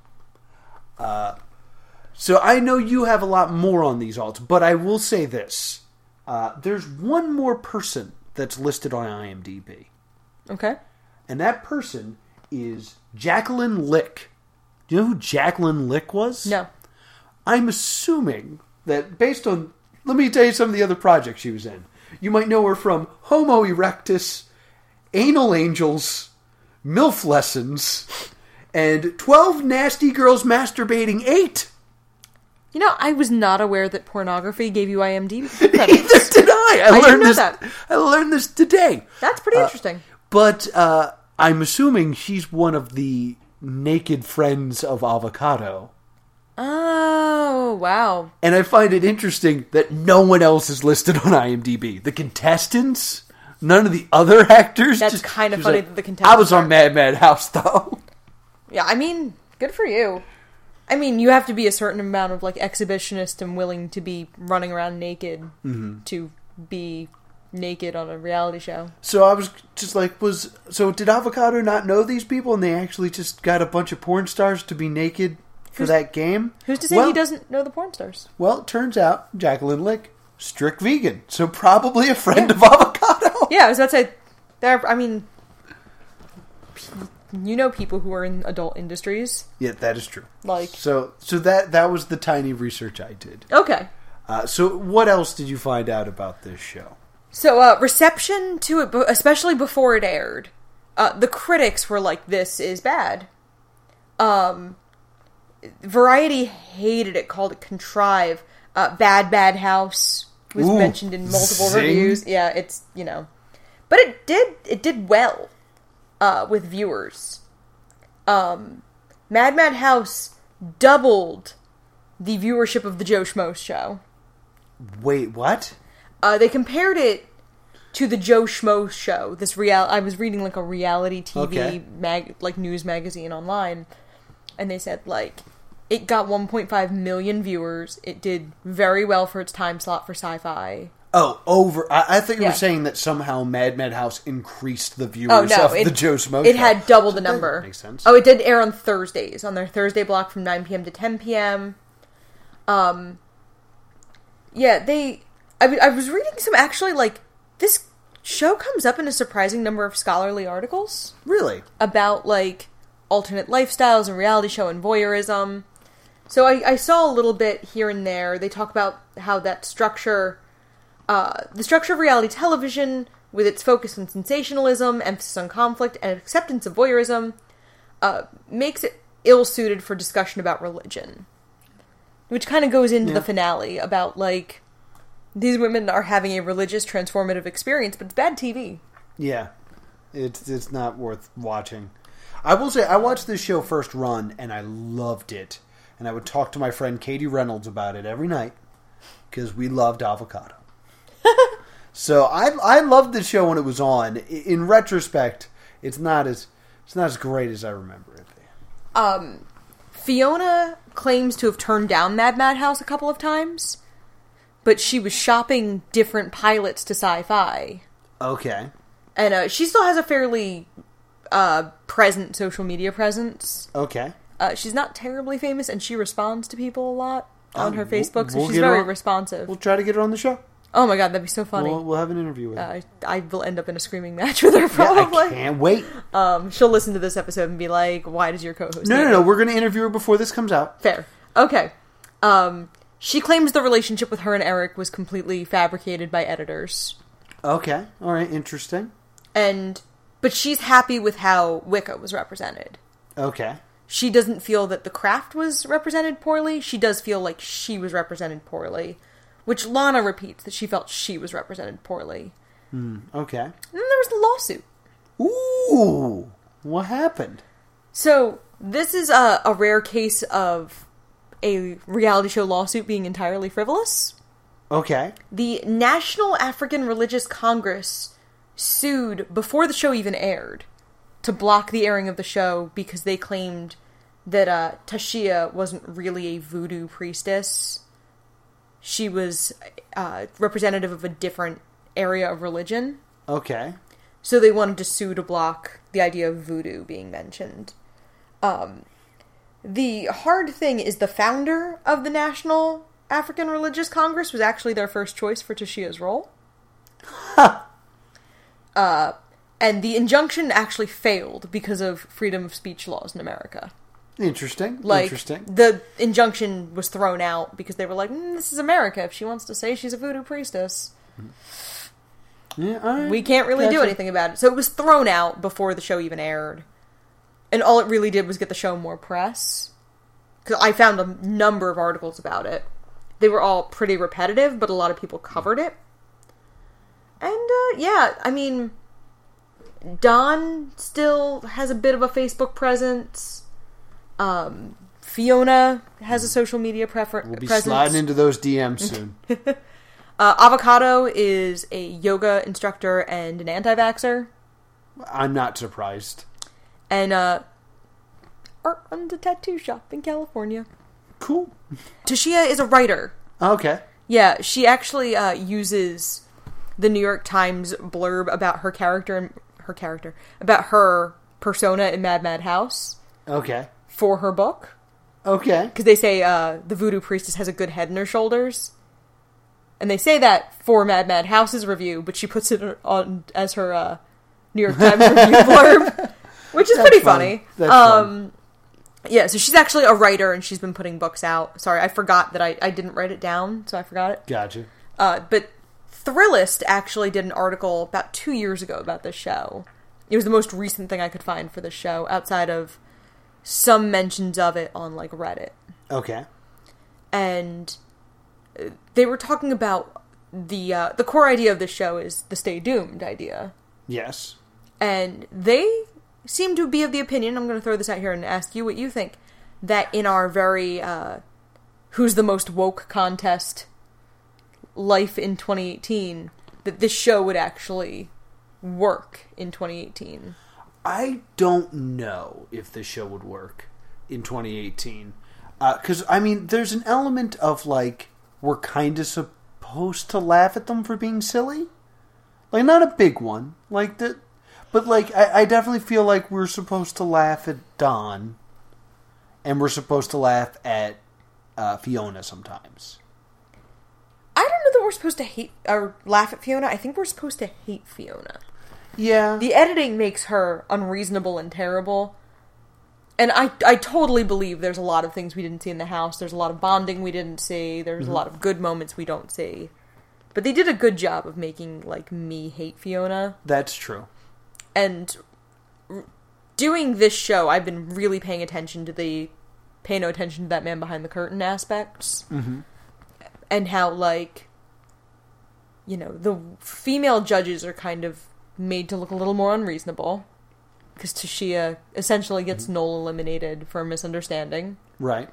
Uh, so I know you have a lot more on these alts, but I will say this: uh, there's one more person that's listed on IMDb, Okay. and that person is Jacqueline Lick. Do you know who Jacqueline Lick was? No. I'm assuming that based on let me tell you some of the other projects she was in. You might know her from Homo Erectus, Anal Angels, MILF Lessons, and 12 Nasty Girls Masturbating 8. You know, I was not aware that pornography gave you IMDb credits. Did I? I, I didn't learned know this, that. I learned this today. That's pretty Uh, interesting. But uh, I'm assuming she's one of the naked friends of Avocado. Oh, wow. And I find it interesting that no one else is listed on IMDb. The contestants, none of the other actors. That's just- kind of she's funny like, that the contestants I was on Mad Mad House though. Yeah, I mean, good for you. I mean, you have to be a certain amount of like exhibitionist and willing to be running around naked Mhm. to be naked on a reality show. So I was just like, was so? Did Avocado not know these people, and they actually just got a bunch of porn stars to be naked for Who's- that game? Who's to say Well- he doesn't know the porn stars? Well, it turns out Jacqueline Lick, strict vegan, so probably a friend of Avocado. Yeah, I was about to say, there. I mean, you know people who are in adult industries. Yeah, that is true. Like- so, so that that was the tiny research I did. Okay. Uh, so, what else did you find out about this show? So, uh, reception to it, bo- especially before it aired, uh, the critics were like, "This is bad." Um, Variety hated it, called it contrived. Uh, bad, bad house was Ooh, mentioned in multiple zing. reviews. Yeah, it's you know, but it did it did well uh, with viewers. Um, Mad Mad House doubled the viewership of the Joe Schmo show. Wait, what? Uh, they compared it to the Joe Schmo show. This real I was reading like a reality TV Okay. mag like news magazine online, and they said like it got 1.5 million viewers. It did very well for its time slot for sci-fi. Oh, over. I, I thought you Yeah. were saying that somehow Mad Mad House increased the viewers Oh no, of it, the Joe Smo. It show. had double the That number. Makes sense. Oh, it did air on Thursdays on their Thursday block from 9 p.m. to 10 p.m. Um, yeah, they. I, w- I was reading some actually like this show comes up in a surprising number of scholarly articles Really? about like alternate lifestyles and reality show and voyeurism. So I, I saw a little bit here and there. They talk about how that structure, uh, the structure of reality television, with its focus on sensationalism, emphasis on conflict, and acceptance of voyeurism, uh, makes it ill suited for discussion about religion. Which kind of goes into the Yeah. finale about like these women are having a religious transformative experience, but it's bad TV. Yeah, it's it's not worth watching. I will say I watched this show first run and I loved it, and I would talk to my friend Katie Reynolds about it every night because we loved avocado. so I I loved this show when it was on. I- In retrospect, it's not as it's not as great as I remember it. Um, Fiona claims to have turned down Mad Mad House a couple of times, but she was shopping different pilots to sci-fi, Okay. and uh, she still has a fairly uh, present social media presence. Okay. Uh, she's not terribly famous, and she responds to people a lot on Oh, her we'll- Facebook, so we'll she's get her very on- responsive. We'll try to get her on the show. Oh my god, that'd be so funny. We'll, we'll have an interview with her. uh, I will end up in a screaming match with her Uh, probably. Can't wait. um, she'll listen to this episode and be like, "Why does your co-host?" No, hate no, it?" no. We're going to interview her before this comes out. Fair. Okay. Um, she claims the relationship with her and Eric was completely fabricated by editors. Okay. All right. Interesting. And but she's happy with how Wicca was represented. Okay. She doesn't feel that the craft was represented poorly. She does feel like she was represented poorly, which Lana repeats that she felt she was represented poorly. Hmm. Okay. And then there was the lawsuit. Ooh, what happened? So this is a, a rare case of a reality show lawsuit being entirely frivolous. Okay. The National African Religious Congress sued before the show even aired to block the airing of the show because they claimed that uh, Tashia wasn't really a voodoo priestess. She was uh, representative of a different area of religion. Okay. So they wanted to sue to block the idea of voodoo being mentioned. Um, the hard thing is the founder of the National African Religious Congress was actually their first choice for Tashia's role. Uh, and the injunction actually failed because of freedom of speech laws in America. Interesting. Like Interesting. the injunction was thrown out because they were like, "Mm, "This is America. If she wants to say she's a voodoo priestess, Yeah, all right. we can't really do Gotcha. anything about it." So it was thrown out before the show even aired, and all it really did was get the show more press. Because I found a number of articles about it. They were all pretty repetitive, but a lot of people covered it. And uh, yeah, I mean, Don still has a bit of a Facebook presence. Um, Fiona has a social media prefer- We'll be presence. sliding into those DMs soon. uh, Avocado is a yoga instructor and an anti-vaxxer, I'm not surprised. and uh, art runs a tattoo shop in California. Cool. Tashia is a writer. Okay. Yeah, she actually uh, uses the New York Times blurb about her character and her character about her persona in Mad Mad House Okay. for her book. Okay. Because they say uh, the voodoo priestess has a good head in her shoulders, and they say that for Mad Mad House's review, but she puts it on as her uh, New York Times review blurb, which is That's pretty fun. funny. That's um, Yeah, so she's actually a writer, and she's been putting books out. Sorry, I forgot that I, I didn't write it down, so I forgot it. Gotcha. Uh, but Thrillist actually did an article about two years ago about this show. It was the most recent thing I could find for the show, outside of some mentions of it on like Reddit, Okay. and uh, they were talking about the uh, the core idea of this show is the Stay Doomed idea, Yes. and they seem to be of the opinion. I'm going to throw this out here and ask you what you think. That in our very uh, "Who's the most woke?" contest, life in 2018, that this show would actually work in 2018. I don't know if this show would work in 2018. Because, I mean, there's an element of, like, we're kind of supposed to laugh at them for being silly. Like, not a big one. Like, that. But, like, I, I definitely feel like we're supposed to laugh at Don. And we're supposed to laugh at uh, Fiona sometimes. I don't know that we're supposed to hate or laugh at Fiona. I think we're supposed to hate Fiona. Yeah. The editing makes her unreasonable and terrible. And I, I totally believe there's a lot of things we didn't see in the house. There's a lot of bonding we didn't see. There's Mhm. a lot of good moments we don't see. But they did a good job of making like me hate Fiona. That's true. And r- doing this show, I've been really paying attention to the pay no attention to that man behind the curtain aspects Mm-hmm. and how like you know the female judges are kind of made to look a little more unreasonable because Tashia essentially gets Mm-hmm. null eliminated for misunderstanding, Right.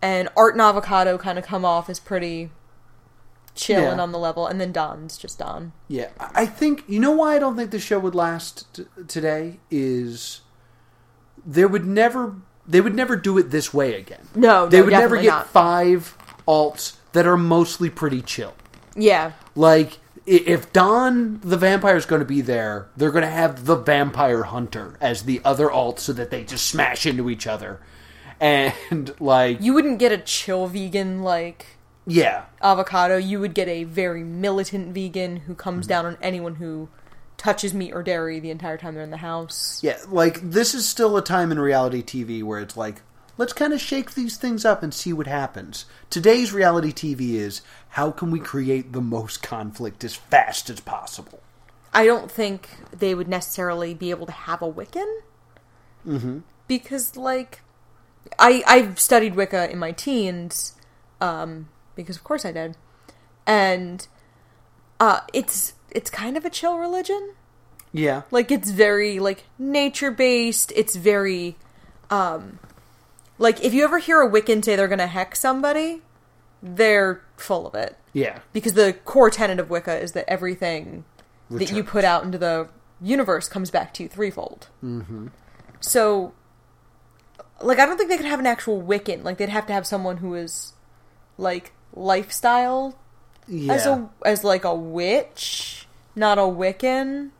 and Art and Avocado kind of come off as pretty chill Yeah. and on the level, and then Don's just Don. Yeah, I I think you know why I don't think the show would last t- today is there would never they would never do it this way again. No, they no, would never definitely get not. five alts that are mostly pretty chill. Yeah, Like i- if Don the vampire is going to be there, they're going to have the vampire hunter as the other alt so that they just smash into each other. And like you wouldn't get a chill vegan like yeah, avocado, you would get a very militant vegan who comes down on anyone who touches meat or dairy the entire time they're in the house. Yeah, like this is still a time in reality TV where it's like, let's kind of shake these things up and see what happens. Today's reality TV is how can we create the most conflict as fast as possible? I don't think they would necessarily be able to have a Wiccan Mm-hmm. because, like, I I've studied Wicca in my teens, um, because of course I did, and uh, it's it's kind of a chill religion. Yeah. Like it's very like nature based. It's very um like if you ever hear a Wiccan say they're gonna hex somebody, they're full of it. Yeah. Because the core tenet of Wicca is that everything that you Returns. put out into the universe comes back to you threefold. Mm-hmm. So, like, I don't think they could have an actual Wiccan. Like, they'd have to have someone who is, like, lifestyle as Yeah. a as like a witch, not a Wiccan.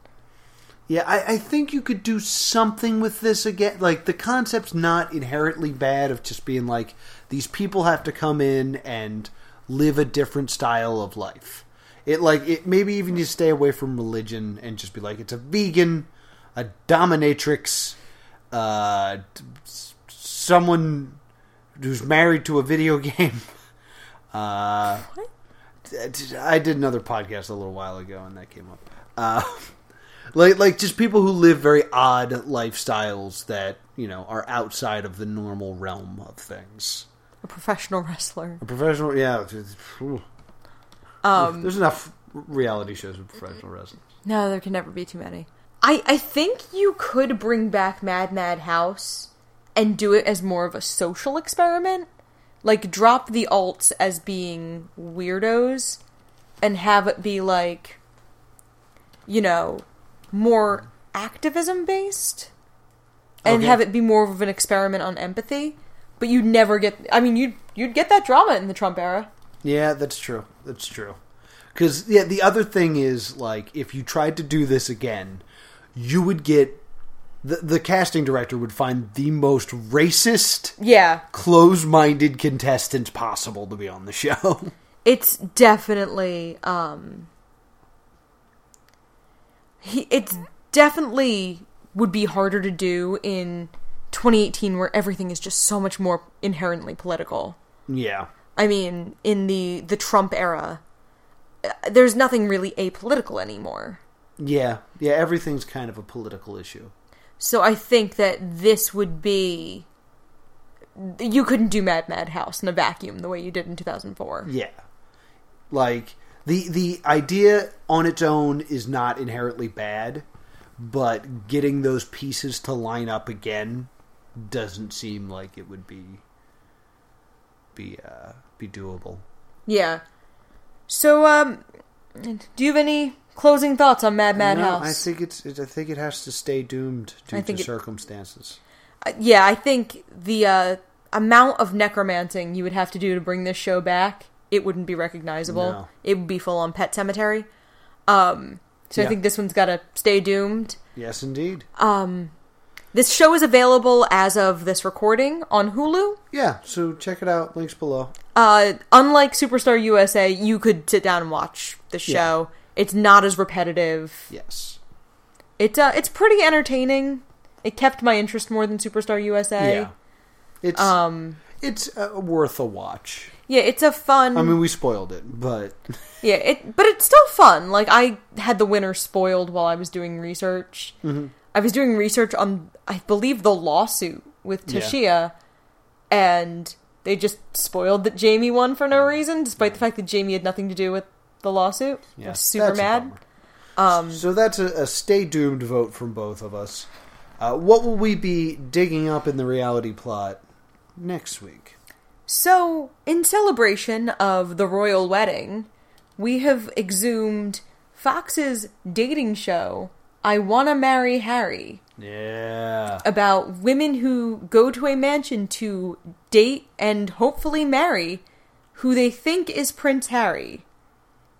Yeah, I, I think you could do something with this again. Like the concept's not inherently bad of just being like these people have to come in and live a different style of life. It like it maybe even you stay away from religion and just be like it's a vegan, a dominatrix, uh, d- s- someone who's married to a video game. Uh, d- d- I did another podcast a little while ago and that came up. Uh, like like just people who live very odd lifestyles that you know are outside of the normal realm of things. A professional wrestler. A professional, yeah. it's- it's- ooh. Um, There's enough reality shows with professional wrestling. No, there can never be too many. I, I think you could bring back Mad Mad House and do it as more of a social experiment. Like, drop the alts as being weirdos and have it be like, you know, more activism based and Okay. have it be more of an experiment on empathy. But you'd never get, I mean, you'd, you'd get that drama in the Trump era. Yeah, that's true. That's true. Because yeah, the other thing is like if you tried to do this again, you would get the the casting director would find the most racist, Yeah. close-minded contestants possible to be on the show. it's definitely um he it's definitely would be harder to do in 2018 where everything is just so much more inherently political yeah. i mean in the the trump era uh, there's nothing really apolitical anymore Yeah, yeah, everything's kind of a political issue. so i think that this would be you couldn't do mad mad house in a vacuum the way you did in 2004 Yeah. Like the the idea on its own is not inherently bad, but getting those pieces to line up again doesn't seem like it would be be uh be doable. Yeah. So, um, do you have any closing thoughts on Mad Mad No, House? I think it's it, I think it has to stay doomed due I to think it- circumstances. Uh, yeah, I think the uh, amount of necromancing you would have to do to bring this show back, it wouldn't be recognizable. No. It would be full on Pet Cemetery. Um, so Yeah. I think this one's got to stay doomed. Yes, indeed. Um, this show is available as of this recording on Hulu. Yeah, so check it out. Links below. Uh, unlike Superstar USA, you could sit down and watch the Yeah. show. It's not as repetitive. Yes. It's uh, it's pretty entertaining. It kept my interest more than Superstar USA. Yeah. It's um, it's uh, worth a watch. yeah, it's a fun. I mean, we spoiled it, but yeah, it but it's still fun. Like I had the winner spoiled while I was doing research. Mhm. I was doing research on I believe the lawsuit with Yeah. Tashia, and they just spoiled that Jamie won for no reason, despite the fact that Jamie had nothing to do with the lawsuit. Yeah, I'm super that's a mad. Um, so that's a, a stay doomed vote from both of us. Uh, what will we be digging up in the reality plot next week? So, in celebration of the royal wedding, we have exhumed Fox's dating show, I Wanna Marry Harry, Yeah. about women who go to a mansion to date and hopefully marry who they think is Prince Harry.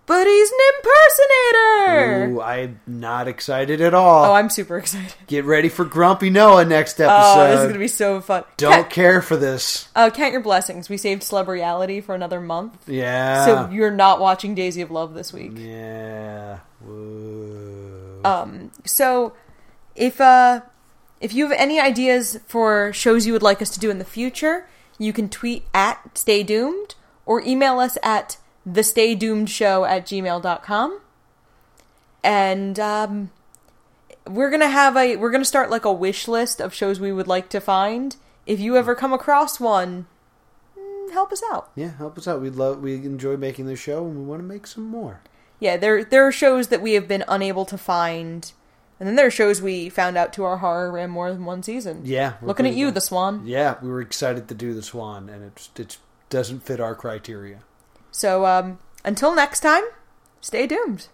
But he's an impersonator! Ooh, I'm not excited at all. Oh, I'm super excited. Get ready for Grumpy Noah next episode. Oh, this is gonna be so fun. Uh, Don't care for this. Uh, count your blessings. We saved Celebriality for another month. Yeah. So you're not watching Daisy of Love this week. Uh. yeah. Woo. Um, so if uh, if you have any ideas for shows you would like us to do in the future, you can tweet at Stay Doomed or email us at the Stay Doomed Show at gmail.com. And um, we're gonna have a we're gonna start like a wish list of shows we would like to find. If you ever come across one, mm, help us out. Yeah, help us out. We love we enjoy making this show and we want to make some more. Yeah, there there are shows that we have been unable to find, and then there are shows we found out to our horror ran more than one season. Yeah, we're looking at pretty you, good. the Swan. Yeah, we were excited to do the Swan and it it doesn't fit our criteria. So um, until next time, stay doomed.